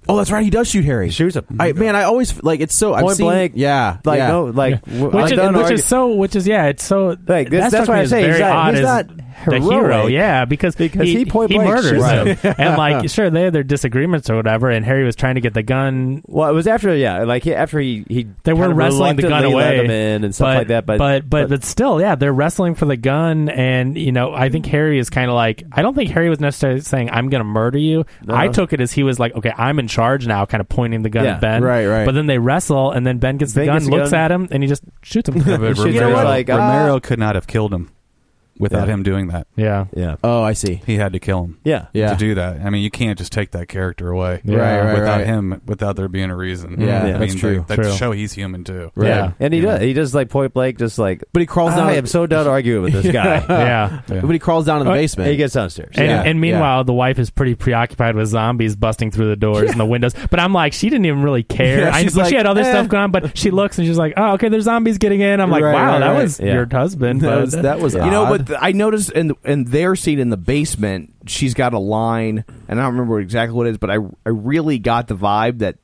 B: oh that's right he does shoot Harry
E: He shoots him.
B: I, man I always like it's so I've
E: Point
B: seen,
E: blank.
B: yeah
E: Like
B: yeah.
E: no, like
C: Yeah.
E: w-
C: which,
E: I
C: is,
E: don't
C: which
E: argue-
C: is so, which is yeah, it's so
E: Like, this-
C: that
E: that's
C: struck
E: why
C: me
E: I
C: as
E: say he's
C: very
E: not-
C: odd
E: he's
C: as
E: not
C: the hero,
E: heroic.
C: yeah, because
E: Because he
C: he,
E: point blank
C: murders
E: shoots
C: him, and like sure they had their disagreements or whatever, and Harry was trying to get the gun.
E: Well, it was after yeah, like he, after he he
C: They
E: kind
C: were
E: of
C: wrestling the gun
E: reluctantly let
C: away
E: him in and stuff like that. But
C: but but but still, yeah, they're wrestling for the gun, and you know I think Harry is kind of like I don't think Harry was necessarily saying I'm going to murder you. I took it as he was like okay, I'm in charge now, kind of pointing the gun
E: Yeah.
C: at Ben.
B: Right, right.
C: But then they wrestle, and then Ben gets the
E: Ben
C: gun,
E: gets the
C: looks
E: gun.
C: at him, and he just shoots him.
D: Yeah, but
E: she was
D: Romero,
E: like, ah.
D: Romero could not have killed him without
E: Yeah.
D: him doing that.
C: yeah.
E: yeah,
B: oh I see
D: He had to kill him
E: yeah,
B: yeah
D: to do that. I mean, you can't just take that character away
C: Yeah.
B: Right, right,
D: without
B: right.
D: him, without there being a reason.
B: Yeah,
D: I
E: that's
D: mean, they-
B: true.
D: That
C: True.
D: show he's human too.
B: Right.
C: Yeah.
E: And he does. He does like point blank, just like.
B: but he crawls down
E: I am so done arguing with this guy.
C: yeah.
D: Yeah.
B: but he crawls down to the
C: Uh,
B: basement
E: Oh, He gets downstairs.
C: And,
B: Yeah,
C: and meanwhile, the wife is pretty preoccupied with zombies busting through the doors and the windows. But I'm like, she didn't even really care.
B: Yeah,
C: I,
B: she's
C: but she
B: like,
C: had other
B: eh.
C: stuff going on, but she looks and she's like, oh, okay, there's zombies getting in. I'm like,
B: Right,
C: wow,
B: right,
C: that
B: right.
C: was
E: Yeah.
C: your husband.
B: that
C: but-
B: was that was
F: You know,
B: odd.
F: but th- I noticed in in their scene in the basement, she's got a line, and I don't remember exactly what it is, but I I really got the vibe that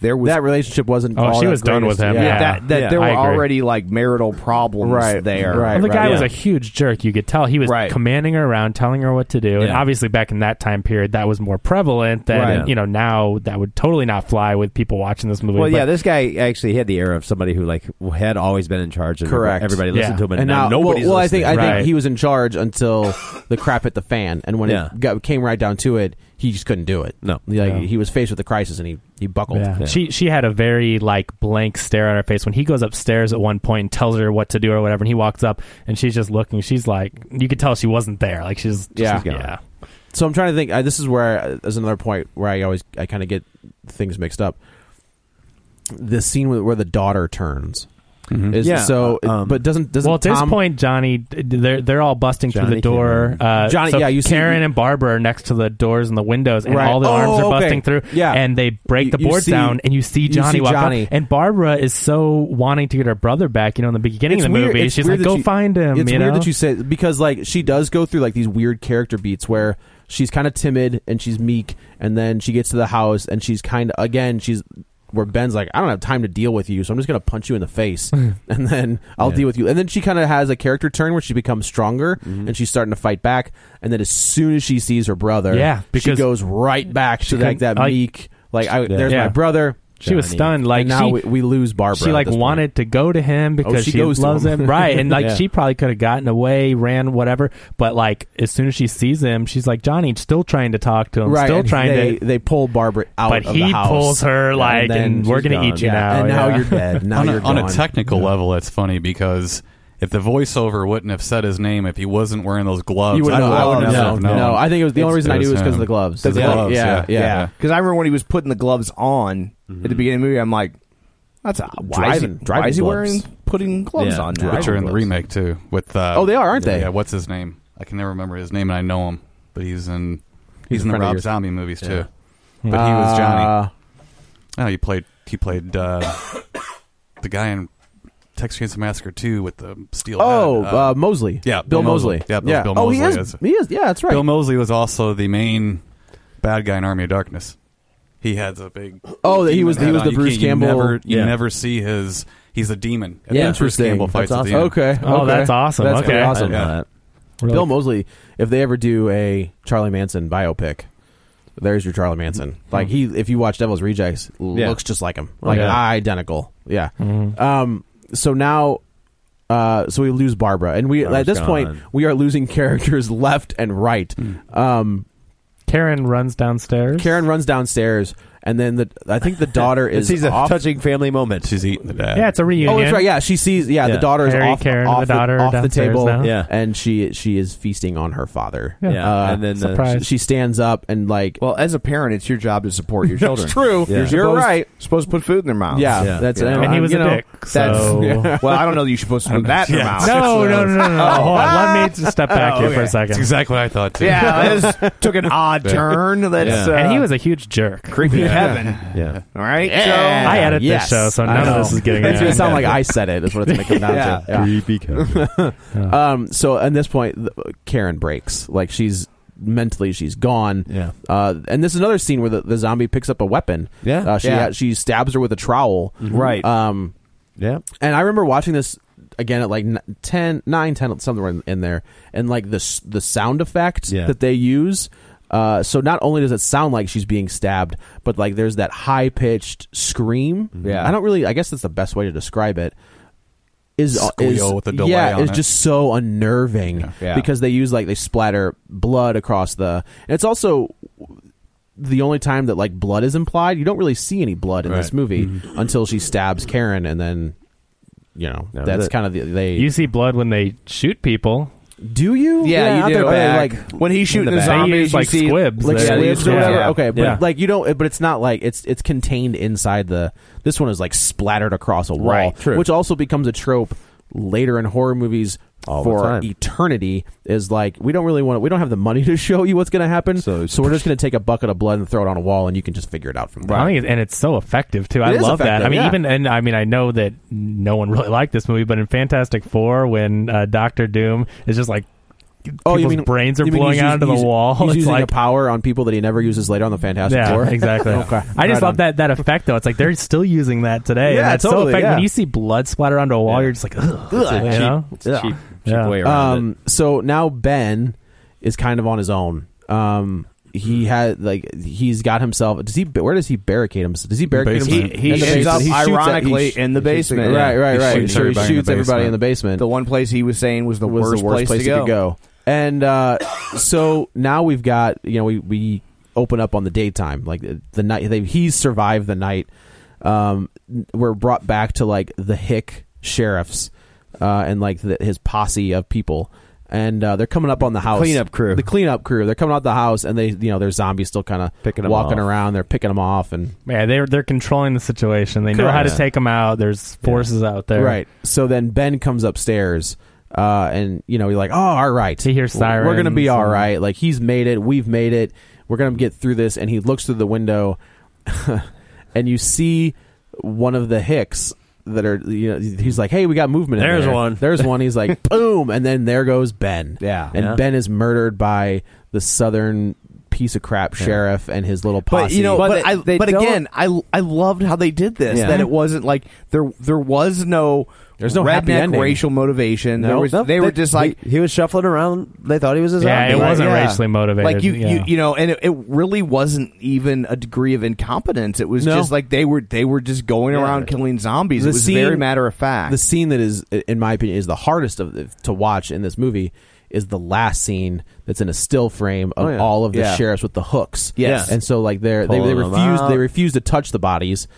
F: there was
B: that relationship wasn't.
C: Oh,
B: all
C: she
B: that
C: was done
B: greatest.
C: with him.
B: Yeah.
C: Yeah.
F: that, that
C: Yeah,
F: there were
C: I agree.
F: already like marital problems
B: Right,
F: there.
B: right.
C: Well, the guy was
B: yeah.
C: a huge jerk. You could tell he was
F: Right.
C: commanding her around, telling her what to do. And
E: Yeah.
C: obviously, back in that time period, that was more prevalent than
E: Right.
C: you know now. That would totally not fly with people watching this movie.
E: Well,
C: but
E: yeah, this guy actually had the air of somebody who like had always been in charge. And
B: Correct.
E: Everybody
C: Yeah.
E: listened to him, and,
B: And
E: now,
B: now, well,
E: nobody's.
B: well, I think I
E: listening.
B: think
C: Right.
B: he was in charge until the crap hit the fan, and when
E: Yeah.
B: it got, came right down to it, he just couldn't do it.
E: No.
B: like,
C: No.
B: he was faced with a crisis, and he he buckled.
C: Yeah. She she had a very like blank stare on her face when he goes upstairs at one point and tells her what to do or whatever and he walks up and she's just looking she's like you could tell she wasn't there like she's
B: Yeah.
C: she's- yeah
B: So I'm trying to think. I, this is where uh, is another point where I always I kind of get things mixed up. The scene where, where the daughter turns is
E: Yeah,
B: so,
E: uh, um,
B: but doesn't doesn't
C: well at
B: Tom-
C: this point Johnny they're they're all busting through
E: Johnny
C: the door
E: came
C: uh,
B: Johnny-
C: so
B: yeah, you see-
C: Karen and Barbara are next to the doors and the windows and
B: Right.
C: all the
B: Oh,
C: arms are
B: okay.
C: busting through
B: Yeah.
C: and they break
B: You-
C: the
B: you
C: boards
B: see-
C: down and you see
B: you
C: Johnny
B: see
C: walk up.
B: Johnny.
C: and Barbara is so wanting to get her brother back you know in the beginning
B: It's
C: of the
B: weird-
C: movie
B: it's
C: she's
B: weird
C: like
B: that
C: go
B: you-
C: find him
B: It's
C: you
B: weird
C: know?
B: that you say because like she does go through like these weird character beats where she's kind of timid and she's meek, and then she gets to the house and she's kind of again she's where Ben's like I don't have time to deal with you, so I'm just gonna punch you in the face, and then I'll
E: Yeah.
B: deal with you. And then she kind of has a character turn where she becomes stronger
E: Mm-hmm.
B: and she's starting to fight back. And then as soon as she sees her brother,
C: Yeah,
B: she
C: because-
B: goes right back to
C: She
B: like that
C: couldn't- like-
B: meek, like I, there's
C: Yeah.
B: my brother.
C: she was
E: Johnny.
C: stunned like
B: and now
C: she,
B: we, we lose Barbara.
C: she
B: at
C: like
B: this point. Oh,
C: wanted to go to him because
B: she
C: she,
B: goes to
C: loves
B: him.
C: him. right and like
E: Yeah.
C: she probably could have gotten away ran whatever but like as soon as she sees him she's like johnny still trying to talk to him
B: right,
C: still
B: and
C: trying
B: they,
C: to
B: they pull Barbara out
C: but
B: of
C: he
B: the house.
C: pulls her like and,
B: then
C: we're
B: she's
C: gonna
B: gone.
C: eat you
B: Yeah,
C: now
B: and now
C: yeah.
B: you're dead now
D: on, a,
B: you're
D: on a
B: gone.
D: technical level, it's funny because if the voiceover wouldn't have said his name if he wasn't wearing those gloves,
B: you would
D: I,
B: have
D: I
B: oh,
D: would
B: no,
D: have
B: no,
D: known.
B: I think it was the only reason I
D: it
B: knew it
D: was
B: was because of
D: him.
B: the gloves.
D: The
B: Yeah,
D: gloves,
B: yeah,
D: yeah,
B: yeah.
D: yeah.
F: Because I remember when he was putting the gloves on at the beginning of the movie, I'm like, "That's a why is he,
B: Driving-
F: why is he
B: driving
F: wearing
B: gloves.
F: putting gloves
E: Yeah,
F: on?" Now?
E: driving
D: Which are in the remake too. With uh,
B: Oh, they are, aren't they?
D: Yeah, what's his name? I can never remember his name, and I know him, but he's in he's,
B: in
D: in the
B: front of
D: Rob
B: yours.
D: Zombie movies too.
E: Yeah.
D: But he was Johnny.
B: Uh,
D: Oh, he played he played uh, the guy in Texas Chainsaw Massacre two with the steel.
B: oh,
D: head. Uh,
B: uh, Mosley.
D: yeah,
B: Bill
D: Bill Mosley.
B: Mosley.
D: Yeah, that was Bill
B: Oh, he
D: Mosley.
B: is.
D: That's-
B: He is. Yeah, that's right.
D: Bill Mosley was also the main bad guy in Army of Darkness. He had a big
B: Oh, that he
D: demon
B: was- he
D: head
B: was
D: on.
B: the
D: You
B: Bruce
D: can't- you
B: Campbell-
D: Never, you
E: Yeah.
D: never see his. He's a demon. And
E: Yeah.
D: then Bruce
B: Interesting. Oh,
D: Campbell fights
E: That's
D: at the end.
B: Okay.
C: Oh,
B: okay.
C: that's awesome.
B: That's
C: Okay.
B: pretty
E: I didn't
B: awesome.
E: know
D: Yeah.
E: that.
B: Bill Mosley. If they ever do a Charlie Manson biopic. There's your Charlie Manson. Like he, if you watch Devil's Rejects, l-
E: Yeah.
B: looks just like him,
D: Oh,
B: like
E: Yeah.
B: identical. Yeah.
C: Mm-hmm.
B: Um. So now, uh, so we lose Barbara, and
C: Oh,
B: we at
E: Barbara's
B: this point
E: gone.
B: we are losing characters left and right.
C: Hmm.
B: Um,
C: karen runs downstairs
B: Karen runs downstairs, and then the I think the daughter is
E: She's a
B: off.
E: touching family moment.
D: She's eating the dad.
C: yeah it's a reunion
B: oh, that's right. Yeah, she sees. Yeah, the
E: Yeah.
B: daughter is
C: Harry,
B: off,
C: Karen, and
B: off
C: the daughter are
B: off the
C: downstairs
B: table.
C: now.
E: Yeah.
B: and she she is feasting on her father.
C: Yeah.
E: Yeah,
B: Uh,
E: and then the-
C: surprise.
B: She stands up and like.
F: Well, as a parent, it's your job to support your children.
B: true.
E: Yeah.
B: You're,
E: You're
F: Supposed-
B: right.
F: Supposed to put food in their mouth.
B: Yeah,
E: Yeah.
B: that's
E: Yeah.
C: and he
B: I'm-
C: was
B: you
C: a
B: know,
C: dick so
F: Well, I don't know that you should put put that in their mouth.
C: no, no, no, no, no.
B: Oh.
C: Hold on. Let me just step back here for a
D: That's
C: second.
D: exactly what I thought too.
F: Yeah, that is, took an odd turn. That's uh,
C: And he was a huge jerk.
F: creepy heaven.
E: Yeah.
F: All right.
C: I edit
B: uh, yes.
C: this show, so
B: I
C: none
B: know.
C: of this is getting
B: It's
C: out.
B: gonna sound like I said it. Is what it's gonna come down to. Yeah. Um, so at this point, th- Karen breaks. Like she's mentally, she's gone.
E: Yeah.
B: Uh, and this is another scene where the, the zombie picks up a weapon.
E: Yeah.
B: Uh, she
E: Yeah. Mm-hmm.
B: ha- she stabs her with a trowel.
E: Right.
B: Um,
E: Yeah.
B: and I remember watching this again at like n- 10, 9, 10, somewhere in, in there, and like the s- the sound effect
E: Yeah.
B: that they use. Uh, so not only does it sound like she's being stabbed, but like there's that high pitched scream.
D: Mm-hmm.
F: Yeah.
B: I don't really. I guess that's the best way to describe it. Is uh,
D: Squeal
B: is-
D: with the delay
B: yeah,
D: on
B: it's
D: it.
B: just so unnerving
F: Yeah.
B: because they use like they splatter blood across the. And it's also the only time that like blood is implied. You don't really see any blood in this
D: Right. Mm-hmm.
B: movie until she stabs Karen, and then you know
E: No,
B: that's
E: that-
B: kind of the they.
C: You see blood when they shoot people.
B: do you?
F: Yeah,
B: not
F: you do.
B: that- okay,
F: Back.
B: Like
F: when he's shooting the
C: back. They
F: zombies,
C: use, like,
F: you see,
C: squibs.
B: like
C: Yeah,
F: they
B: squibs
F: use-
B: or whatever.
F: yeah.
B: Okay, but
E: Yeah.
B: like you don't. But it's not like it's it's contained inside the. This one is like splattered across a wall,
E: Right, true.
B: which also becomes a trope later in horror movies.
E: All the
B: for
E: time.
B: eternity is like we don't really want to, we don't have the money to show you what's going to happen so,
E: So-
B: we're just going to take a bucket of blood and throw it on a wall and you can just figure it out from there
C: I think it's, and it's so effective too. I
B: is
C: love that. I
B: effective,
C: mean,
B: yeah.
C: even and I mean, I know that no one really liked this movie, but in Fantastic Four, when uh, Doctor Doom is just like oh, people's brains are
B: you mean
C: blowing
B: he's
C: out into
B: using-
C: the wall.
B: He's
C: it's
B: using
C: like
B: the power on people that he never uses later on the Fantastic
C: yeah,
B: Four.
C: exactly.
B: Okay.
C: I
B: Right
C: just love
B: on.
C: that that effect though. It's like they're still using that today.
B: Yeah,
C: and that's so
B: totally,
C: effective. When
B: yeah.
C: you see blood splatter onto a wall, you're just like, ugh,
E: It's a
C: you
E: cheap,
C: know?
E: it's a cheap, cheap
C: Yeah.
E: way around it.
B: Um, so now Ben is kind of on his own. Um, he had like he's got himself. Does he? Where does he barricade himself? Does he barricade
D: Basement.
B: himself?
D: He- he
B: in the
D: ends
B: basement?
F: up
B: shoots at- he
F: ironically
B: sh-
F: in the
B: he shoots at-
F: basement.
B: Right,
F: Yeah.
B: right,
D: He
B: right.
D: shoots
B: so he
D: everybody in the
B: shoots everybody in the basement.
F: The one place he was saying was the,
B: was
F: worst,
B: the worst
F: place, to, go.
B: could go. And uh, so now we've got you know we we open up on the daytime like the, the night they, he's survived the night. Um, we're brought back to like the hick sheriffs uh, and like the, his posse of people. And uh, they're coming up on the house.
E: Cleanup crew.
B: The cleanup crew. They're coming out the house, and they, you know, there's zombies still kind
E: Picking
B: of
E: 'em
B: walking
E: off.
B: around. They're picking them off, and
C: Yeah, they're they're controlling the situation. They know how to
B: Correct.
C: take them out. There's forces out there.
B: Right. So then Ben comes upstairs, uh, and you know you're like, oh, all right.
C: He hears
B: We're- We're gonna be
C: sirens
B: all
C: and-
B: right. Like he's made it. We've made it. We're gonna get through this. And he looks through the window, and you see one of the Hicks that are. You know, he's like, hey, we got movement. in
E: There's
B: there.
E: one.
B: There's one. He's like, boom, and then there goes Ben.
F: Yeah.
B: And
E: Yeah.
B: Ben is murdered by the southern piece of crap sheriff and his little posse.
F: But you know,
E: But
F: but,
E: they-
F: I,
E: they
F: but
E: don't-
F: again, I I loved how they did this.
E: Yeah.
F: That it wasn't like there there was no
B: There's no happy
F: redneck
B: ending.
F: racial motivation. There
E: No,
F: was,
E: no,
F: they were just like
E: he, he was shuffling around. They thought he was a zombie.
C: Yeah, it
F: Right,
C: wasn't
F: yeah.
C: racially motivated.
F: Like you,
C: yeah.
F: you, you know, and it, it really wasn't even a degree of incompetence. It was
B: No.
F: just like they were they were just going around killing zombies.
B: The
F: it was
B: scene-
F: very matter of fact.
B: the scene that is in my opinion is the hardest of the, to watch in this movie is the last scene that's in a still frame of
F: Oh, yeah.
B: all of the
F: Yeah.
B: sheriffs with the hooks.
F: Yes.
B: and so like they're, they they
E: Pulling 'em
B: refuse
E: out.
B: they refuse to touch the bodies.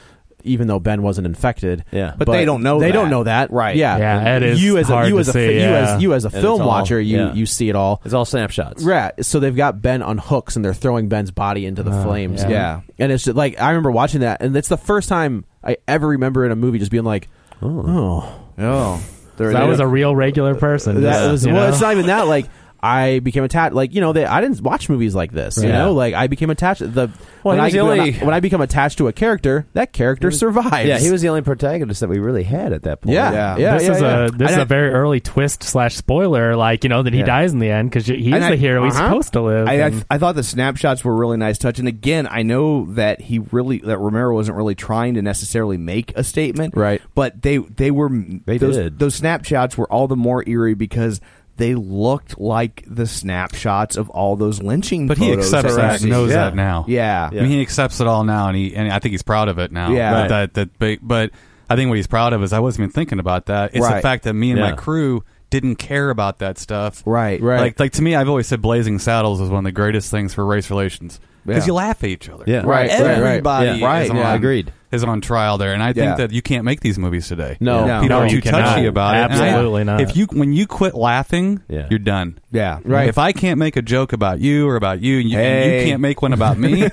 B: Even though Ben wasn't infected,
E: Yeah.
F: But they don't know
B: They
F: that.
B: don't know that,
F: Right.
B: Yeah,
C: Yeah, it is
B: You as
C: hard
B: a you
C: to
B: as a
C: see,
B: you
C: yeah.
B: as you as a
E: And it's
B: film
E: all-
B: watcher, you
E: yeah.
B: you see it all.
E: It's all snapshots.
B: Right. So they've got Ben on hooks and they're throwing Ben's body into the flames.
C: yeah.
F: Yeah.
B: And it's just, like I remember watching that, and it's the first time I ever remember in a movie just being like, oh
F: oh,
C: So that was a real regular person.
B: that
C: just,
B: was
C: you
B: well.
C: know?
B: It's not even that. Like I became attached. Like you know, they, I didn't watch movies like this. You
E: Right.
B: know,
E: Yeah.
B: like I became attached. The
E: Well,
B: when,
E: he
B: I,
E: was the
B: when
E: only-
B: I when I become attached to a character, that character survives.
E: Yeah, he was the only protagonist that we really had at that point.
B: Yeah,
F: Yeah.
B: yeah, yeah.
C: this is
B: yeah.
C: a this is a very early twist slash spoiler, like you know that he
E: Yeah.
C: dies in the end because he's
F: And I-
C: the hero. He's
F: uh-huh.
C: supposed to live.
F: I, I,
C: and-
F: I thought the snapshots were a really nice touch. And again, I know that he really that Romero wasn't really trying to necessarily make a statement,
B: Right.
F: But they they were
E: They
F: those,
E: did.
F: those snapshots were all the more eerie because they looked like the snapshots of all those lynching.
D: But he
F: photos
D: accepts
F: we've
D: that,
F: seen.
D: knows
F: yeah.
D: that now.
F: Yeah.
D: I mean, he accepts it all now, and he and I think he's proud of it now.
F: Yeah. Right.
D: that, that, but, but I think what he's proud of is I wasn't even thinking about that. It's the
F: Right.
D: fact that me and my
E: Yeah.
D: crew didn't care about that stuff.
F: Right.
B: Right.
D: Like, like to me, I've always said Blazing Saddles is one of the greatest things for race relations because
F: Yeah.
D: you laugh at each other.
E: Yeah.
B: Right, right, right.
D: Everybody
E: Yeah.
D: is
E: Right,
D: on-
E: yeah, agreed.
D: Is on trial there, and I think
F: Yeah.
D: that you can't make these movies today.
B: No. No.
D: people
C: No,
D: are
C: you
D: too touchy
C: cannot.
D: about it. And I-
C: Absolutely not.
D: If you when you quit laughing,
E: Yeah.
D: you're done.
F: Yeah.
B: Right.
D: If I can't make a joke about you or about you, and you, and
F: Hey.
D: you can't make one about me, you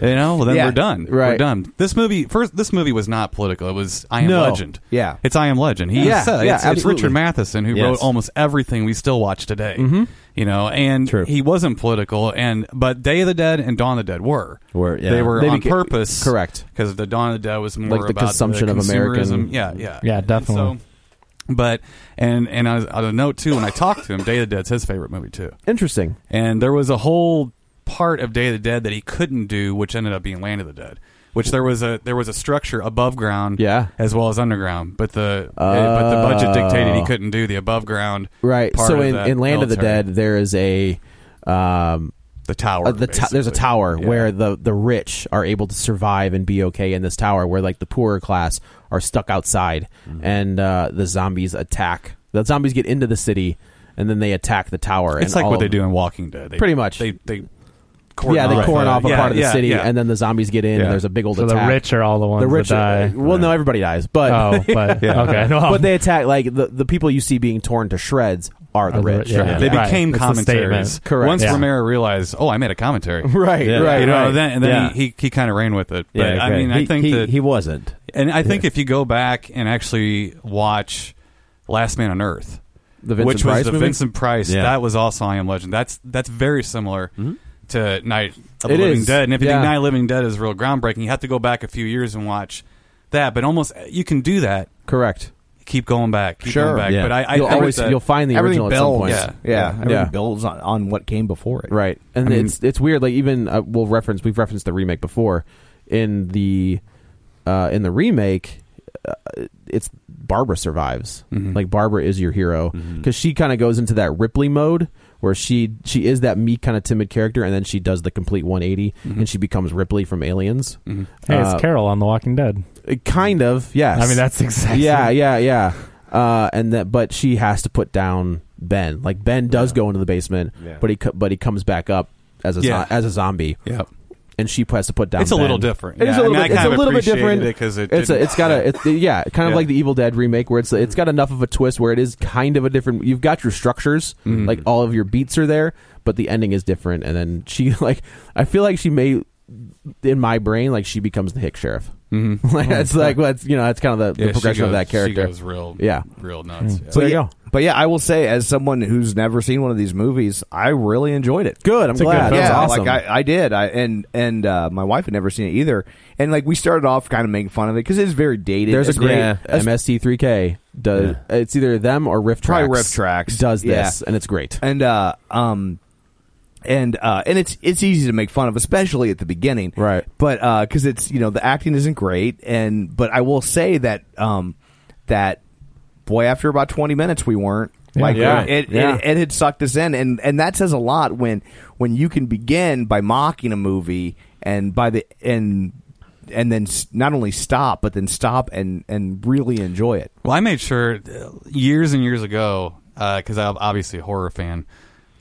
D: know, well, then
F: Yeah.
D: we're done. We're
B: Right.
D: done. This movie, first, this movie was not political. It was I Am
B: No.
D: Legend.
F: Yeah.
D: it's I Am Legend. He
B: Yeah,
D: said
B: yeah,
D: it's, it's
B: absolutely. Mm-hmm.
D: Richard Matheson who
E: Yes.
D: wrote almost everything we still watch today. You know, and
E: True.
D: he wasn't political. And but Day of the Dead and Dawn of the Dead were.
E: Were, yeah.
D: They were
B: They
D: on
B: beca-
D: purpose,
B: correct.
D: Because the Dawn of the Dead was more
B: Like the
D: about
B: consumption of
D: consumerism.
B: American-
D: Yeah, yeah,
C: Yeah,
D: And
C: definitely.
D: so- but and and I was, on a note too, when I talked to him, Day of the Dead's his favorite movie too.
B: interesting.
D: And there was a whole part of Day of the Dead that he couldn't do, which ended up being Land of the Dead. Which there was a there was a structure above ground,
B: Yeah.
D: as well as underground. But the but the budget dictated he couldn't do the above ground,
B: Oh. Right.
D: Part
B: so
D: of
B: in,
D: that
B: in Land of the
D: military.
B: Dead, there is a. Um,
D: the tower.
B: uh, the to- there's a
D: basically.
B: tower
D: Yeah.
B: where the, the rich are able to survive and be okay in this tower, where like the poorer class are stuck outside, and uh, the zombies attack. The zombies get into the city, and then they attack the tower.
D: it's
B: and
D: like
B: all
D: what they
B: of-
D: do in Walking Dead. They,
B: Pretty much.
D: they they cordon
B: yeah, they
D: off
B: corn
D: a-
B: off a
D: yeah,
B: part of the
D: yeah,
B: city,
D: yeah.
B: and then the zombies get in,
D: Yeah.
B: and there's a big old
C: so
B: attack.
C: the rich are all the ones
B: the rich, uh,
C: that die.
B: well, no, everybody dies, but
C: oh, but okay, no,
B: but they attack like the, the people you see being torn to shreds are the
C: Are the
B: rich.
C: rich, yeah.
D: They
C: Right.
D: became
C: It's a
D: commentaries.
C: statement.
B: Correct.
D: Once
C: Yeah.
D: Romero realized, oh, I made a commentary.
B: Right,
E: Yeah.
B: right,
D: you know,
B: right.
D: then, and then
E: Yeah.
D: he, he, he kind of ran with it. But
E: Yeah,
D: I
E: right.
D: mean,
E: he,
D: I think
E: he,
D: that
E: he wasn't.
D: And I think if you go back and actually watch Last Man on Earth,
B: the Vincent
D: which was
B: Price
D: the
B: movie?
D: Vincent Price,
E: Yeah.
D: that was also I Am Legend. That's that's very similar to Night of
B: Mm-hmm. It
D: the Living
B: is,
D: Dead. And if you
B: yeah.
D: think Night of the Living Dead is real groundbreaking, you have to go back a few years and watch that. But almost you can do that.
B: Correct.
D: You keep going back, keep
A: Sure,
D: going back.
A: yeah.
D: But I, I
B: you'll
D: think
B: always
D: that-
B: you'll find the
A: everything
B: original at some
A: builds.
B: point.
D: Yeah.
A: Yeah, everything
B: Yeah.
A: builds on, on what came before it.
B: Right. And
D: I mean-
B: it's it's weird. Like even uh, we'll reference we've referenced the remake before. In the uh, in the remake, uh, it's Barbara survives.
D: Mm-hmm.
B: Like Barbara is your hero because she kind of goes into that Ripley mode where she she is that meek kind of timid character, and then she does the complete 180
D: Mm-hmm.
B: and she becomes Ripley from Aliens.
C: Hey, it's
B: Uh,
C: Carol on The Walking Dead.
B: It Kind of, yes.
C: I mean, that's exactly.
B: yeah, yeah, yeah. Uh, and that, but she has to put down Ben. Like Ben does go into the basement, but he co- but he comes back up as a zo-
D: Yeah.
B: as a zombie,
D: Yeah.
B: and she has to put down.
D: It's a
B: Ben.
D: little different.
B: It
D: Yeah,
B: is a
D: I
B: little
D: mean, I
B: bit. It's
D: kind
B: a
D: of
B: little bit
D: appreciated
B: different
D: it 'cause it
B: it's a,
D: didn't-
B: it's got a it's, yeah, kind of
D: Yeah.
B: like the Evil Dead remake where it's it's got enough of a twist where it is kind of a different. You've got your structures, like all of your beats are there, but the ending is different. And then she like I feel like she may in my brain like she becomes the hick sheriff. Mm-hmm. like that's like what's you know that's kind of the,
D: Yeah,
B: the
D: she
B: progression of
D: goes-
B: that character.
D: She goes real,
B: Yeah.
D: real nuts. yeah. Mm.
B: So there you
A: yeah,
B: go.
A: But yeah, I will say, as someone who's never seen one of these movies, I really enjoyed it.
B: Good. I'm
C: a good
B: glad.
C: film.
B: That's
A: yeah,
B: awesome.
A: like I, I did. I and and uh, my wife had never seen it either. And like we started off kind of making fun of it because it's very dated.
B: There's a
A: It's
B: great
A: very- it's-
B: MST3K. Does it's either them or Rift
A: Probably
B: Tracks?
A: Riff Trax.
B: does
A: Yeah.
B: this, and it's great.
A: and uh um and uh and it's it's easy to make fun of especially at the beginning
B: Right.
A: but uh because it's you know the acting isn't great and but i will say that um that boy after about 20 minutes we weren't like
B: Yeah.
A: It,
B: Yeah.
A: it it had sucked us in and and that says a lot when when you can begin by mocking a movie and by the and and then s- not only stop but then stop and and really enjoy it
D: Well, I made sure uh, years and years ago because I'm obviously a horror fan,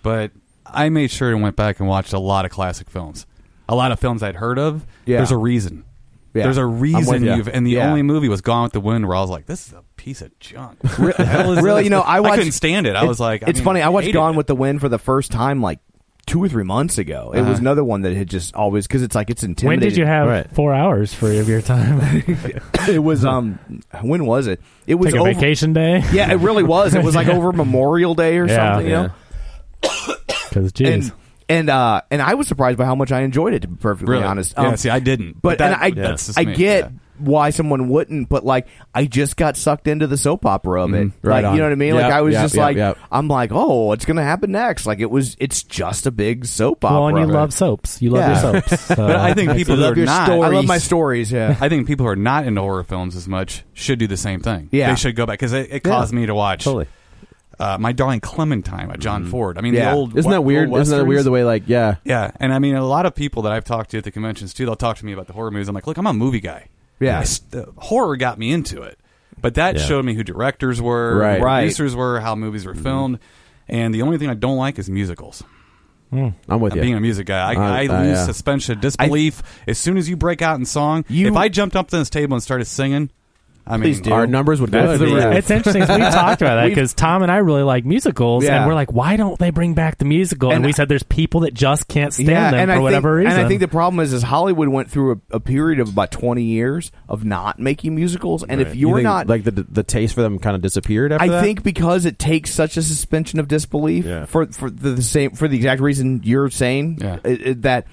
D: but I made sure and went back and watched a lot of classic films, a lot of films I'd heard of.
A: Yeah.
D: There's a reason.
A: Yeah.
D: There's a
A: I'm with
D: reason
A: ya.
D: you've and the
A: Yeah.
D: only movie was Gone with the Wind where I was like, this is a piece of junk. What the hell is
A: really,
D: this?
A: you know, I, watched,
D: couldn't stand it. I
A: it-
D: was like,
A: it's
D: mean,
A: funny. I watched
D: hated
A: Gone
D: it.
A: with the Wind for the first time like two or three months ago. It
D: Uh-huh.
A: was another one that had just always because it's like it's
C: When
A: intimidating.
C: did you have four hours free of your time?
A: It was um, when was it? It was
C: Take a
A: over,
C: vacation day?
A: Yeah, it really was. It was like over Memorial Day or
C: Yeah.
A: something. You know,
C: Because, geez.
A: and and uh, and I was surprised by how much I enjoyed it. To be perfectly
D: Really?
A: honest, Um,
D: Yeah, see, I didn't. But
A: But,
D: that-
A: and I,
D: that's just
A: I
D: me,
A: get
D: yeah.
A: why someone wouldn't, but like I just got sucked into the soap opera of it.
C: Mm-hmm.
B: Right
A: like
B: on.
A: you know what I mean?
B: Yep,
A: like I was
B: yep,
A: just
B: yep,
A: like
B: yep.
A: I'm like, oh, what's gonna happen next? Like it was, it's just a big soap opera.
C: well, and you love soaps. You love
A: Yeah.
C: your soaps. So.
D: But I think people who are not.
A: I love my stories. Yeah,
D: I think people who are not into horror films as much should do the same thing.
A: Yeah.
D: they should go back because it, it caused me to watch
E: Totally.
D: uh, my darling Clementine by John Ford. I mean,
A: Yeah.
D: the old
B: Isn't
D: we-
B: that
D: old
B: weird? Isn't that
D: westerns.
B: weird the way like yeah,
D: Yeah, and I mean, a lot of people that I've talked to at the conventions too, they'll talk to me about the horror movies. I'm like, look, I'm a movie guy.
A: Yeah.
D: I s- the horror got me into it, but that
E: Yeah.
D: showed me who directors were,
B: Right.
D: who
A: Right.
D: producers were, how movies were filmed, and the only thing I don't like is musicals.
B: I'm with
D: Uh,
B: you.
D: Being a music guy, I,
B: I-
D: I,
B: I,
D: lose
B: uh,
D: suspension of disbelief as soon as you break out in song.
A: You-
D: if I jumped up to this table and started singing, I mean,
A: Please do.
B: Our numbers would go
A: That's
B: through
A: the
B: roof.
A: roof.
C: It's interesting. 'cause We talked about that
A: We've-
C: because Tom and I really like musicals,
A: Yeah.
C: and we're like, why don't they bring back the musical? And,
A: And
C: we
A: I-
C: said there's people that just can't stand them
A: and
C: for
A: I
C: whatever
A: think,
C: reason.
A: And I think the problem is, is Hollywood went through a, a period of about twenty years of not making musicals, and if
B: You
A: you're
B: think,
A: not,
B: like the the taste for them kind of disappeared. After
A: I
B: that?
A: think because it takes such a suspension of disbelief
E: Yeah.
A: for for the, the same for the exact reason you're saying
D: Yeah.
A: i- i- that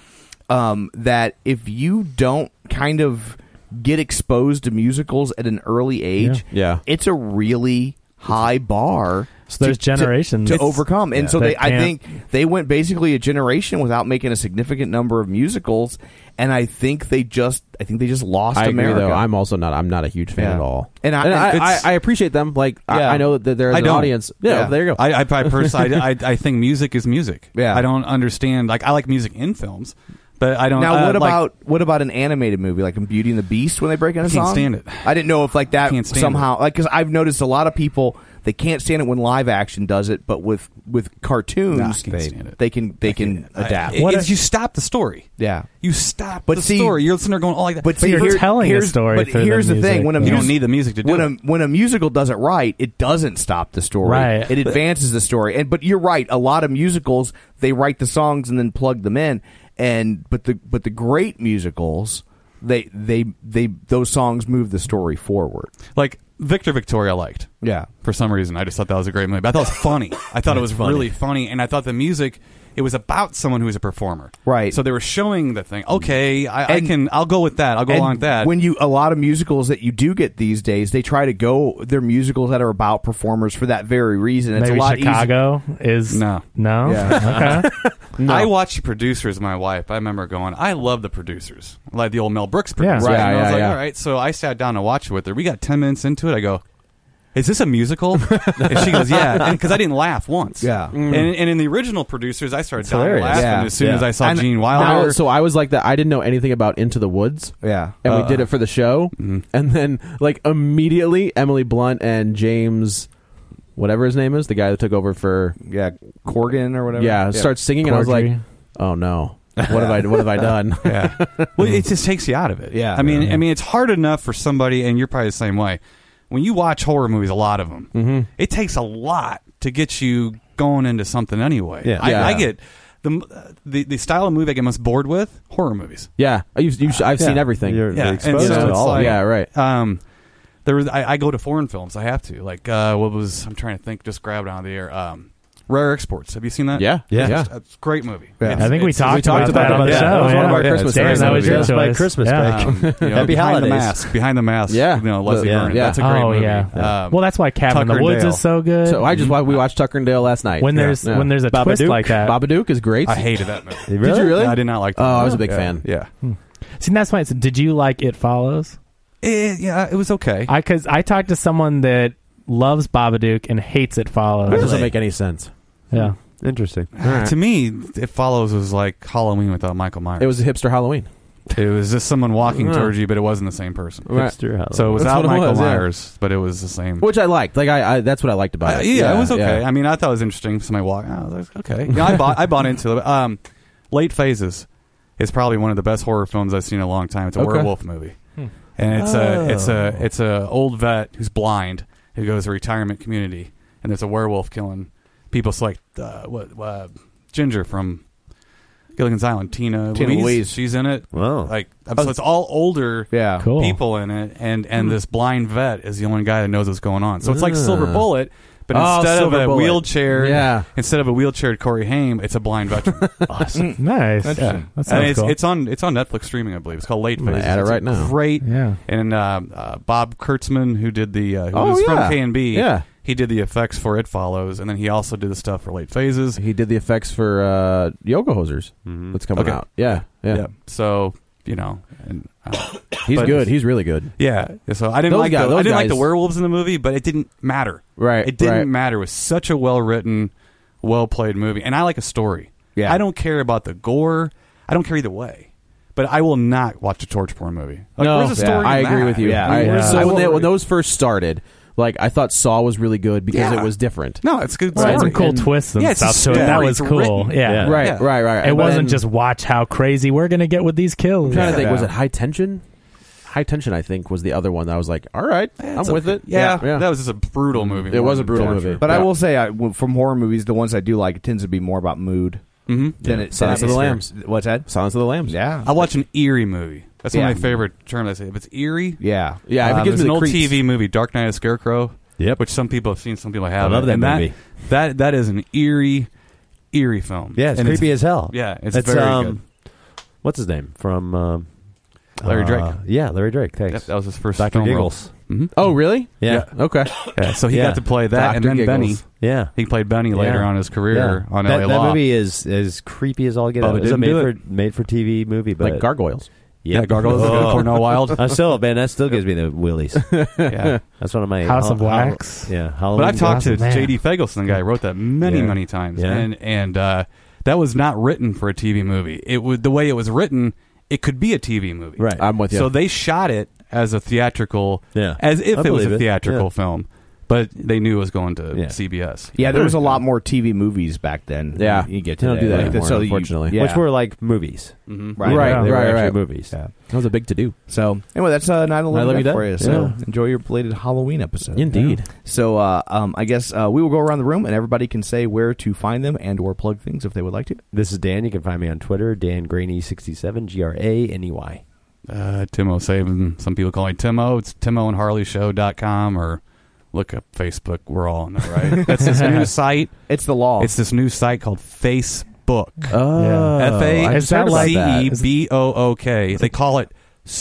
A: um, that if you don't kind of get exposed to musicals at an early age,
B: Yeah. Yeah.
A: it's a really high bar.
C: So there's
A: to- to-
C: generations.
A: to,
C: It's-
A: overcome, and
C: yeah.
A: so
C: That
A: they, I
C: can't-
A: think they went basically a generation without making a significant number of musicals, and I think they just, I think they just lost
B: I agree
A: America.
B: though. I'm also not. I'm not a huge fan
A: Yeah.
B: at all.
A: And I- and
B: I, I,
A: it's-
B: I appreciate them. Like
A: Yeah.
B: I, I know that there's
D: I
B: an
D: don't.
B: audience. Yeah,
A: Yeah.
B: there you go.
D: I, I, I personally, I, I, I think music is music.
A: Yeah.
D: I don't understand. Like, I like music in films, but I don't.
A: now,
D: uh,
A: what
D: like-
A: about what about an animated movie like in Beauty and the Beast when they break out a
D: Can't
A: song?
D: stand it.
A: I didn't know if like that
D: Can't stand
A: somehow like because I've noticed a lot of people they can't stand it when live action does it, but with with cartoons
D: Nah, I can't
A: they,
D: stand it.
A: they can they can adapt.
D: I,
C: What
D: what
C: if-
D: if you stop the story?
A: Yeah.
D: you stop
A: But
D: the
A: see-
D: story. You're listening, there going, "Oh, like that."
A: But,
D: But
A: see,
C: you're
A: here-
C: telling a
A: here's-
C: story
A: But
C: through the
A: here's the,
C: music,
A: thing: when a
C: yeah. You
D: don't
A: mus-
D: need the music to do
A: when
D: it.
A: a when a musical does it right, it doesn't stop the story.
C: Right.
A: It advances the story. And but you're right. A lot of musicals they write the songs and then plug them in. And but the but the great musicals they they they those songs move the story forward.
D: like Victor Victoria liked.
A: Yeah.
D: for some reason, I just thought that was a great movie. But I thought it was funny. I thought it was really funny, and I thought the music It was about someone who was a performer,
F: Right.
D: So they were showing the thing. Okay, I, I can. I'll go with that. I'll go
F: And
D: along with that.
F: When you a lot of musicals that you do get these days, they try to go they're musicals that are about performers for that very reason. It's
C: Maybe
F: a lot easier.
C: Chicago is
D: No.
C: no. Okay.
D: I watched the producers, my wife. I remember going, I love the producers, like the old Mel Brooks
C: Yeah.
D: producers.
C: Right,
D: and I was
F: yeah,
D: like,
F: yeah.
D: all right. So I sat down to watch it with her. We got 10 minutes into it. I go, is this a musical? and she goes, yeah. Because I didn't laugh once.
F: Yeah.
D: And, and in the original producers, I started dying
E: hilarious.
D: laughing
F: Yeah,
D: as soon
F: yeah.
D: as I saw
F: And
D: Gene
B: Now,
D: Wilder.
B: so I was like that. I didn't know anything about Into the Woods.
F: Yeah.
B: and
A: Uh.
B: we did it for the show.
A: Mm-hmm.
B: And then, like immediately, Emily Blunt and James, whatever his name is, the guy that took over for
F: Yeah. Corgan
A: Oh,
F: or whatever.
B: yeah, starts singing, and I was like,
C: Cordry.
B: oh no, what have I what have I done?
D: yeah. Well, it just takes you out of it.
F: Yeah.
D: I mean, I mean, it's hard enough for somebody, and you're probably the same way. When you watch horror movies, a lot of them, it takes a lot to get you going into something anyway.
E: Yeah.
D: I,
B: Yeah.
D: I get the, the the style of movie I get most bored with horror movies.
B: yeah, you've, you've, I've seen everything.
E: You're
D: Yeah, and
E: exposed
D: so
E: to
D: it's
E: all.
D: like-
B: yeah, right.
D: Um, there was I, I go to foreign films. I have to like uh, what was I'm trying to think. Just grabbed out of the air. Um, Rare Exports. Have you seen that?
B: Yeah,
E: Yeah.
D: It's, it's a great movie. It's-
C: I think we
D: it's-
C: talked,
B: talked
C: about,
B: about
C: that on the
B: that.
C: show.
B: That was one
C: yeah.
B: of our
C: Yeah,
B: Christmas
C: Damn,
B: movies.
C: that was your
E: That's my
C: choice.
E: Christmas
C: yeah.
E: pick.
D: um, you know,
E: Happy
D: behind
E: holidays.
D: the mask. Behind the mask.
B: Yeah.
D: You know, Leslie
B: Yeah.
D: Vernon.
B: Yeah.
D: That's a great
C: oh
D: movie.
C: yeah.
D: Um,
C: well, that's why Cabin
D: Tucker
C: in the
D: and
C: Woods
D: Dale.
C: is so good.
B: So I just wa- we watched Tucker and Dale last night.
C: Mm-hmm. when there's
B: Yeah.
C: when there's a twist
E: Babadook.
C: like that.
B: Babadook is great.
D: I hated that movie.
E: Did
B: Did you really?
D: No, I did not like that.
B: Oh, I was a
D: movie.
B: big
D: Yeah.
B: fan.
D: Yeah.
C: See, that's why. It's, did you like It Follows?
D: Eh, yeah, it was okay.
C: I because I talked to someone that loves Babadook and hates It Follows.
B: That doesn't make any sense.
C: Yeah.
E: Interesting.
D: Uh, To me, it follows was like Halloween without Michael Myers.
B: It was a hipster Halloween.
D: It was just someone walking
B: Yeah.
D: towards you, but it wasn't the same person.
B: Right.
E: Hipster Halloween.
D: So it was
B: That's
D: without
B: what it
D: Michael
B: was, yeah.
D: Myers, but it was the same.
B: which I liked. Like I, I that's what I liked about
D: Uh,
B: it.
D: yeah, it was okay. I mean, I thought it was interesting. Somebody walked. I was like, okay. Yeah, I bought. I bought into it. Um, Late Phases is probably one of the best horror films I've seen in a long time. It's a
B: Okay. Oh.
D: werewolf movie, and it's a it's a it's a old vet who's blind who goes to a retirement community, and there's a werewolf killing people. So like uh, what uh, Ginger from Gilligan's Island, Tina,
F: Tina
D: Louise,
F: Louise.
D: she's in it.
E: Wow.
D: Like um, so, it's all older
F: Yeah.
C: Cool.
D: people in it, and and
B: Hmm.
D: this blind vet is the only guy that knows what's going on. So it's like Silver Bullet, but
B: Oh,
D: instead of
B: Silver
D: a
B: Bullet.
D: wheelchair,
B: Yeah.
D: instead of a wheelchair Corey Haim, it's a blind veteran.
C: Nice.
D: Yeah.
C: That sounds
D: and it's
C: cool.
D: it's on it's on Netflix streaming, I believe. It's called Late
B: I'm gonna
D: Phases.
B: add it
D: It's
B: right now.
D: Great.
C: yeah.
D: And uh, uh, Bob Kurtzman, who did the uh, who
B: Oh,
D: was
B: yeah.
D: from K and B,
B: Yeah.
D: he did the effects for It Follows, and then he also did the stuff for Late Phases.
B: He did the effects for uh, Yoga Hosers. That's coming
D: Mm-hmm. Okay.
B: out. Yeah, yeah.
D: So you know, and, uh,
B: He's
D: But-
B: good. He's really good.
D: yeah. So I didn't
B: Those
D: like
B: guy-
D: the, I
B: those
D: didn't like the
B: guys-
D: werewolves in the movie, but it didn't matter.
B: Right.
D: It didn't
B: right.
D: matter. It was such a well written, well played movie, and I like a story.
F: Yeah.
D: I don't care about the gore. I don't care either way. But I will not watch a torch porn movie. Like,
B: no,
D: where's the story?
B: yeah, I
D: in
B: agree
D: that?
B: with you.
F: Yeah.
B: I- uh,
C: Yeah.
B: So
D: I
B: when,
D: will-
B: they, when those first started, like I thought Saw was really good because
D: Yeah.
B: it was different.
D: No, it's a good.
C: Well,
D: Story.
C: had some cool
B: And-
C: twists and
D: Yeah, it's a
C: stuff to it. That
D: story.
C: was
D: It's
C: cool.
D: written.
C: Yeah.
B: Right,
D: Yeah.
B: right, right.
C: It
B: And
C: wasn't
B: then-
C: just watch how crazy we're gonna get with these kills.
B: I'm trying to think.
D: Yeah.
B: Was it High Tension? High Tension, I think, was the other one that I was like, all right, I'm
D: It's a-
B: with it.
D: Yeah,
B: yeah. Mm-hmm.
D: that was just a brutal movie.
B: It was a brutal movie.
F: But I
B: Yeah.
F: will say, I, w- from horror movies, the ones I do like it tends to be more about mood
D: hmm
B: Mm-hmm.
F: than it.
B: Silence
F: than
B: of the
F: atmosphere.
B: Lambs.
F: What's that?
B: Silence of the Lambs.
F: Yeah,
D: I watch an eerie movie. That's one
F: Yeah.
D: of my favorite terms. I say if it's eerie.
F: yeah,
B: Yeah, if it
D: Um,
B: gives
D: there's
B: me
D: an
B: the
D: old
B: creeps.
D: TV movie, Dark Knight of Scarecrow.
E: Yep.
D: Which some people have seen, some people haven't.
E: love that
D: And
E: movie.
D: That, that that is an eerie, eerie film.
E: yeah, it's
D: And
E: creepy as hell. um,
D: yeah, it's very good.
E: What's his name from um,
D: Larry Drake.
E: uh, yeah, Larry Drake. Thanks.
D: Yep, that was his first
E: Doctor
D: film role.
E: Giggles.
B: Oh, really?
E: Yeah.
B: Okay.
D: Yeah, so he
E: Yeah.
D: got to play that, and then
B: Dr. Giggles.
D: Benny.
E: Yeah.
D: He played Benny later
E: Yeah.
D: on in his career
E: Yeah.
D: on
E: that,
D: LA
E: that
D: Law.
E: movie is is creepy as all get
D: Bubba
E: out. It's a
D: didn't
E: made
D: do
E: for
D: it.
E: made for TV movie, but
B: Like gargoyles.
E: Yep.
D: Yeah, Gargoyles is good.
E: Oh.
D: Cornell Wild.
E: I still man, that still gives me the willies.
D: yeah.
E: That's one of my
C: House of
E: Hall- Hall-
C: Wax.
E: Yeah, Halloween.
D: But I've talked to
C: Awesome, man.
D: J.D. Fagelson, the guy who wrote that many,
E: Yeah.
D: many times,
E: Yeah.
D: and and uh, that was not written for a TV movie. It would the way it was written, it could be a TV movie.
E: Right.
B: I'm with you.
D: So they shot it as a theatrical,
E: Yeah.
D: as if
E: I
D: it was
E: believe
D: a
E: it.
D: theatrical
E: Yeah.
D: film, but they knew it was going to
E: Yeah.
D: CBS.
F: yeah. There was a lot more TV movies back then. than
B: Yeah.
F: you get
B: They
F: to
B: don't do that
F: like,
B: anymore,
F: so you-
B: unfortunately.
F: yeah.
E: which were like movies,
D: Mhm.
F: right,
B: Right,
E: They were
B: right,
E: actually
B: right.
E: movies.
F: Yeah.
B: that was a big to do.
F: So anyway, that's uh, 9/11
B: 9/11
F: death for
B: death.
F: you. So
B: Yeah.
F: enjoy your belated Halloween episode.
B: Indeed.
F: So uh, um, I guess uh, we will go around the room and everybody can say where to find them and or plug things if they would like to.
E: This is Dan. You can find me on Twitter, Dan Graney67, G R A N E Y.
D: Uh, Timo Saban. Some people call me Timo. It's Timo and Harley Show.com or look up Facebook. We're all on there, right? That's this new site.
F: It's the law.
D: It's this new site called Facebook. book.
B: Oh.
D: F A
C: Is that
D: C
C: like
D: E
C: that?
D: B O O K. They call it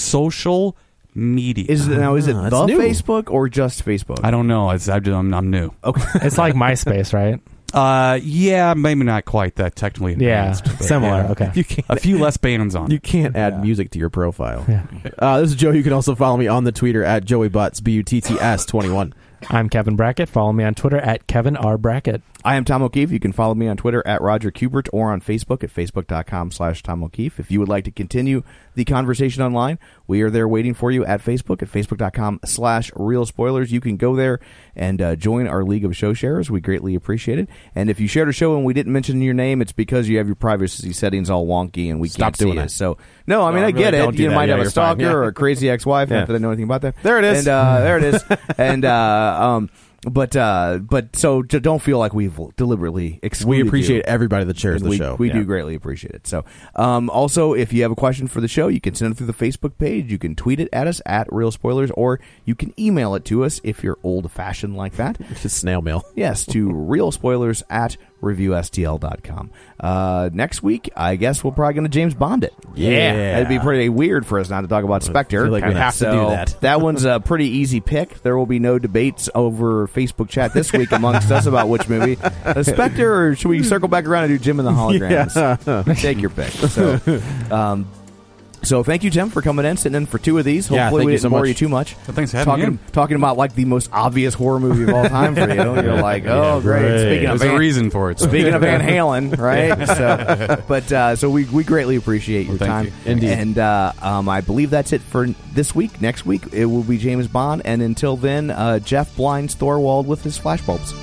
D: social media.
A: Is it, now is it the
B: Ah, that's new.
A: Facebook or just Facebook?
D: I don't know. It's, I, I'm, I'm new.
C: It's like MySpace, right?
D: Uh, yeah, maybe not quite that technically
C: Yeah,
D: advanced. but
C: similar.
D: yeah.
C: Okay.
B: You can't.
D: A few less bands on
B: You
D: it.
B: can't add
D: Yeah.
B: music to your profile.
C: Yeah.
B: Uh, this is Joe. You can also follow me on the Twitter at Joey Butts B U T T S twenty one.
C: I'm Kevin Brackett. Follow me on Twitter at Kevin R Brackett.
A: I am Tom O'Keefe. You can follow me on Twitter at Roger Kubert or on Facebook at facebook.com slash Tom O'Keefe. If you would like to continue the conversation online, we are there waiting for you at Facebook at facebook.com slash real spoilers. You can go there and uh, join our League of Show Sharers. We greatly appreciate it. And if you shared a show and we didn't mention your name, it's because you have your privacy settings all wonky and we
B: Stop
A: can't see
B: doing
A: it.
B: it.
A: So, no, I mean,
B: No,
A: I
B: really
A: get
B: don't
A: it.
B: do
A: You
B: that.
A: might
B: Yeah,
A: have a
B: you're fine.
A: stalker
B: Yeah.
A: or a crazy ex-wife.
B: Yeah.
A: Not that I know anything about that.
B: There it
A: And,
B: is.
A: uh, there it is. and uh, um, but uh, but so j- don't feel like we've deliberately excluded.
B: We
A: you.
B: appreciate everybody that shares
A: And
B: the
A: we,
B: show.
A: We
B: Yeah.
A: do greatly appreciate it. So, um, also, if you have a question for the show, you can send it through the Facebook page. You can tweet it at us at Real Spoilers, or you can email it to us if you're old fashioned like that.
B: Just snail mail.
A: Yes, to real spoilers at reviewstl.com. Uh, next week, I guess we're probably going to James Bond it.
B: Yeah.
A: It'd be pretty weird for us not to talk about Spectre.
B: feel like we
A: Kinda.
B: have to do
A: So
B: that.
A: that one's a pretty easy pick. There will be no debates over Facebook chat this week amongst us about which movie. The Spectre, or should we circle back around and do Jim and the Holograms? Take your pick. So, um, so thank you, Jim, for coming in, sitting in for two of these. Hopefully
B: Yeah, thank
A: we
B: you
A: didn't
B: so
A: bore
B: much.
A: you too much
D: Well, thanks for having me
A: talking
D: in.
A: talking about like the most obvious horror movie of all time for you. You're like, oh great. Speaking of
D: There's
A: Van,
D: a reason for it. so.
A: speaking of Van Halen, right? So, but uh, so we, we greatly appreciate your
D: Well, thank
A: time.
D: you. Indeed.
A: And uh, um, I believe that's it for this week. Next week it will be James Bond, and until then, uh, Jeff blinds Thorwald with his flashbulbs.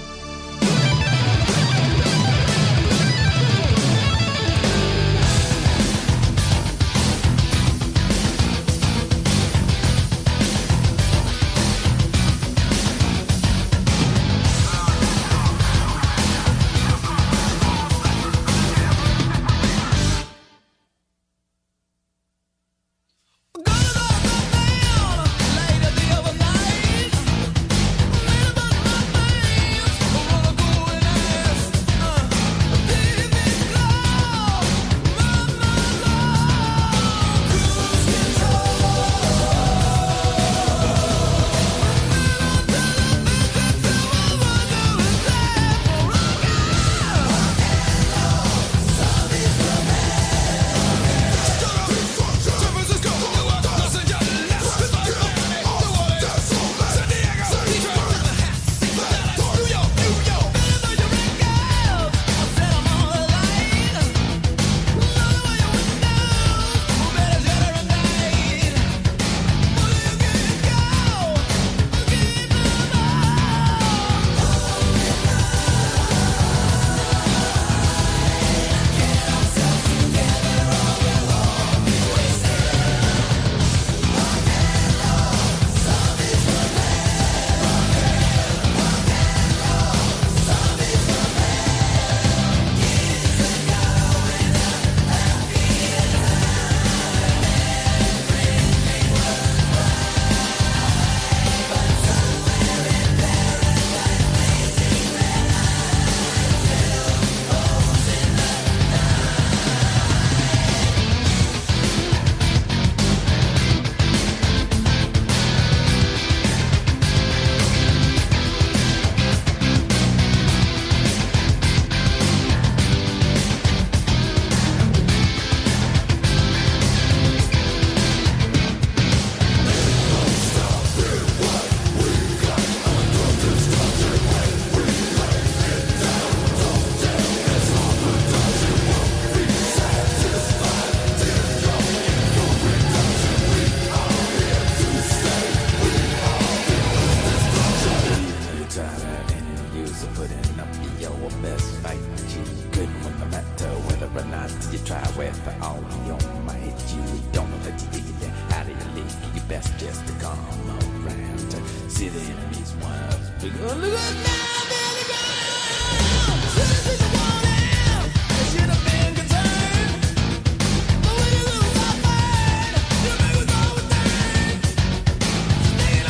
G: Hey,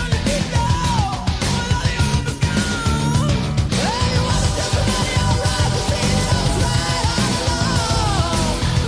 G: you wanna jump in, you're right, see those right on the line.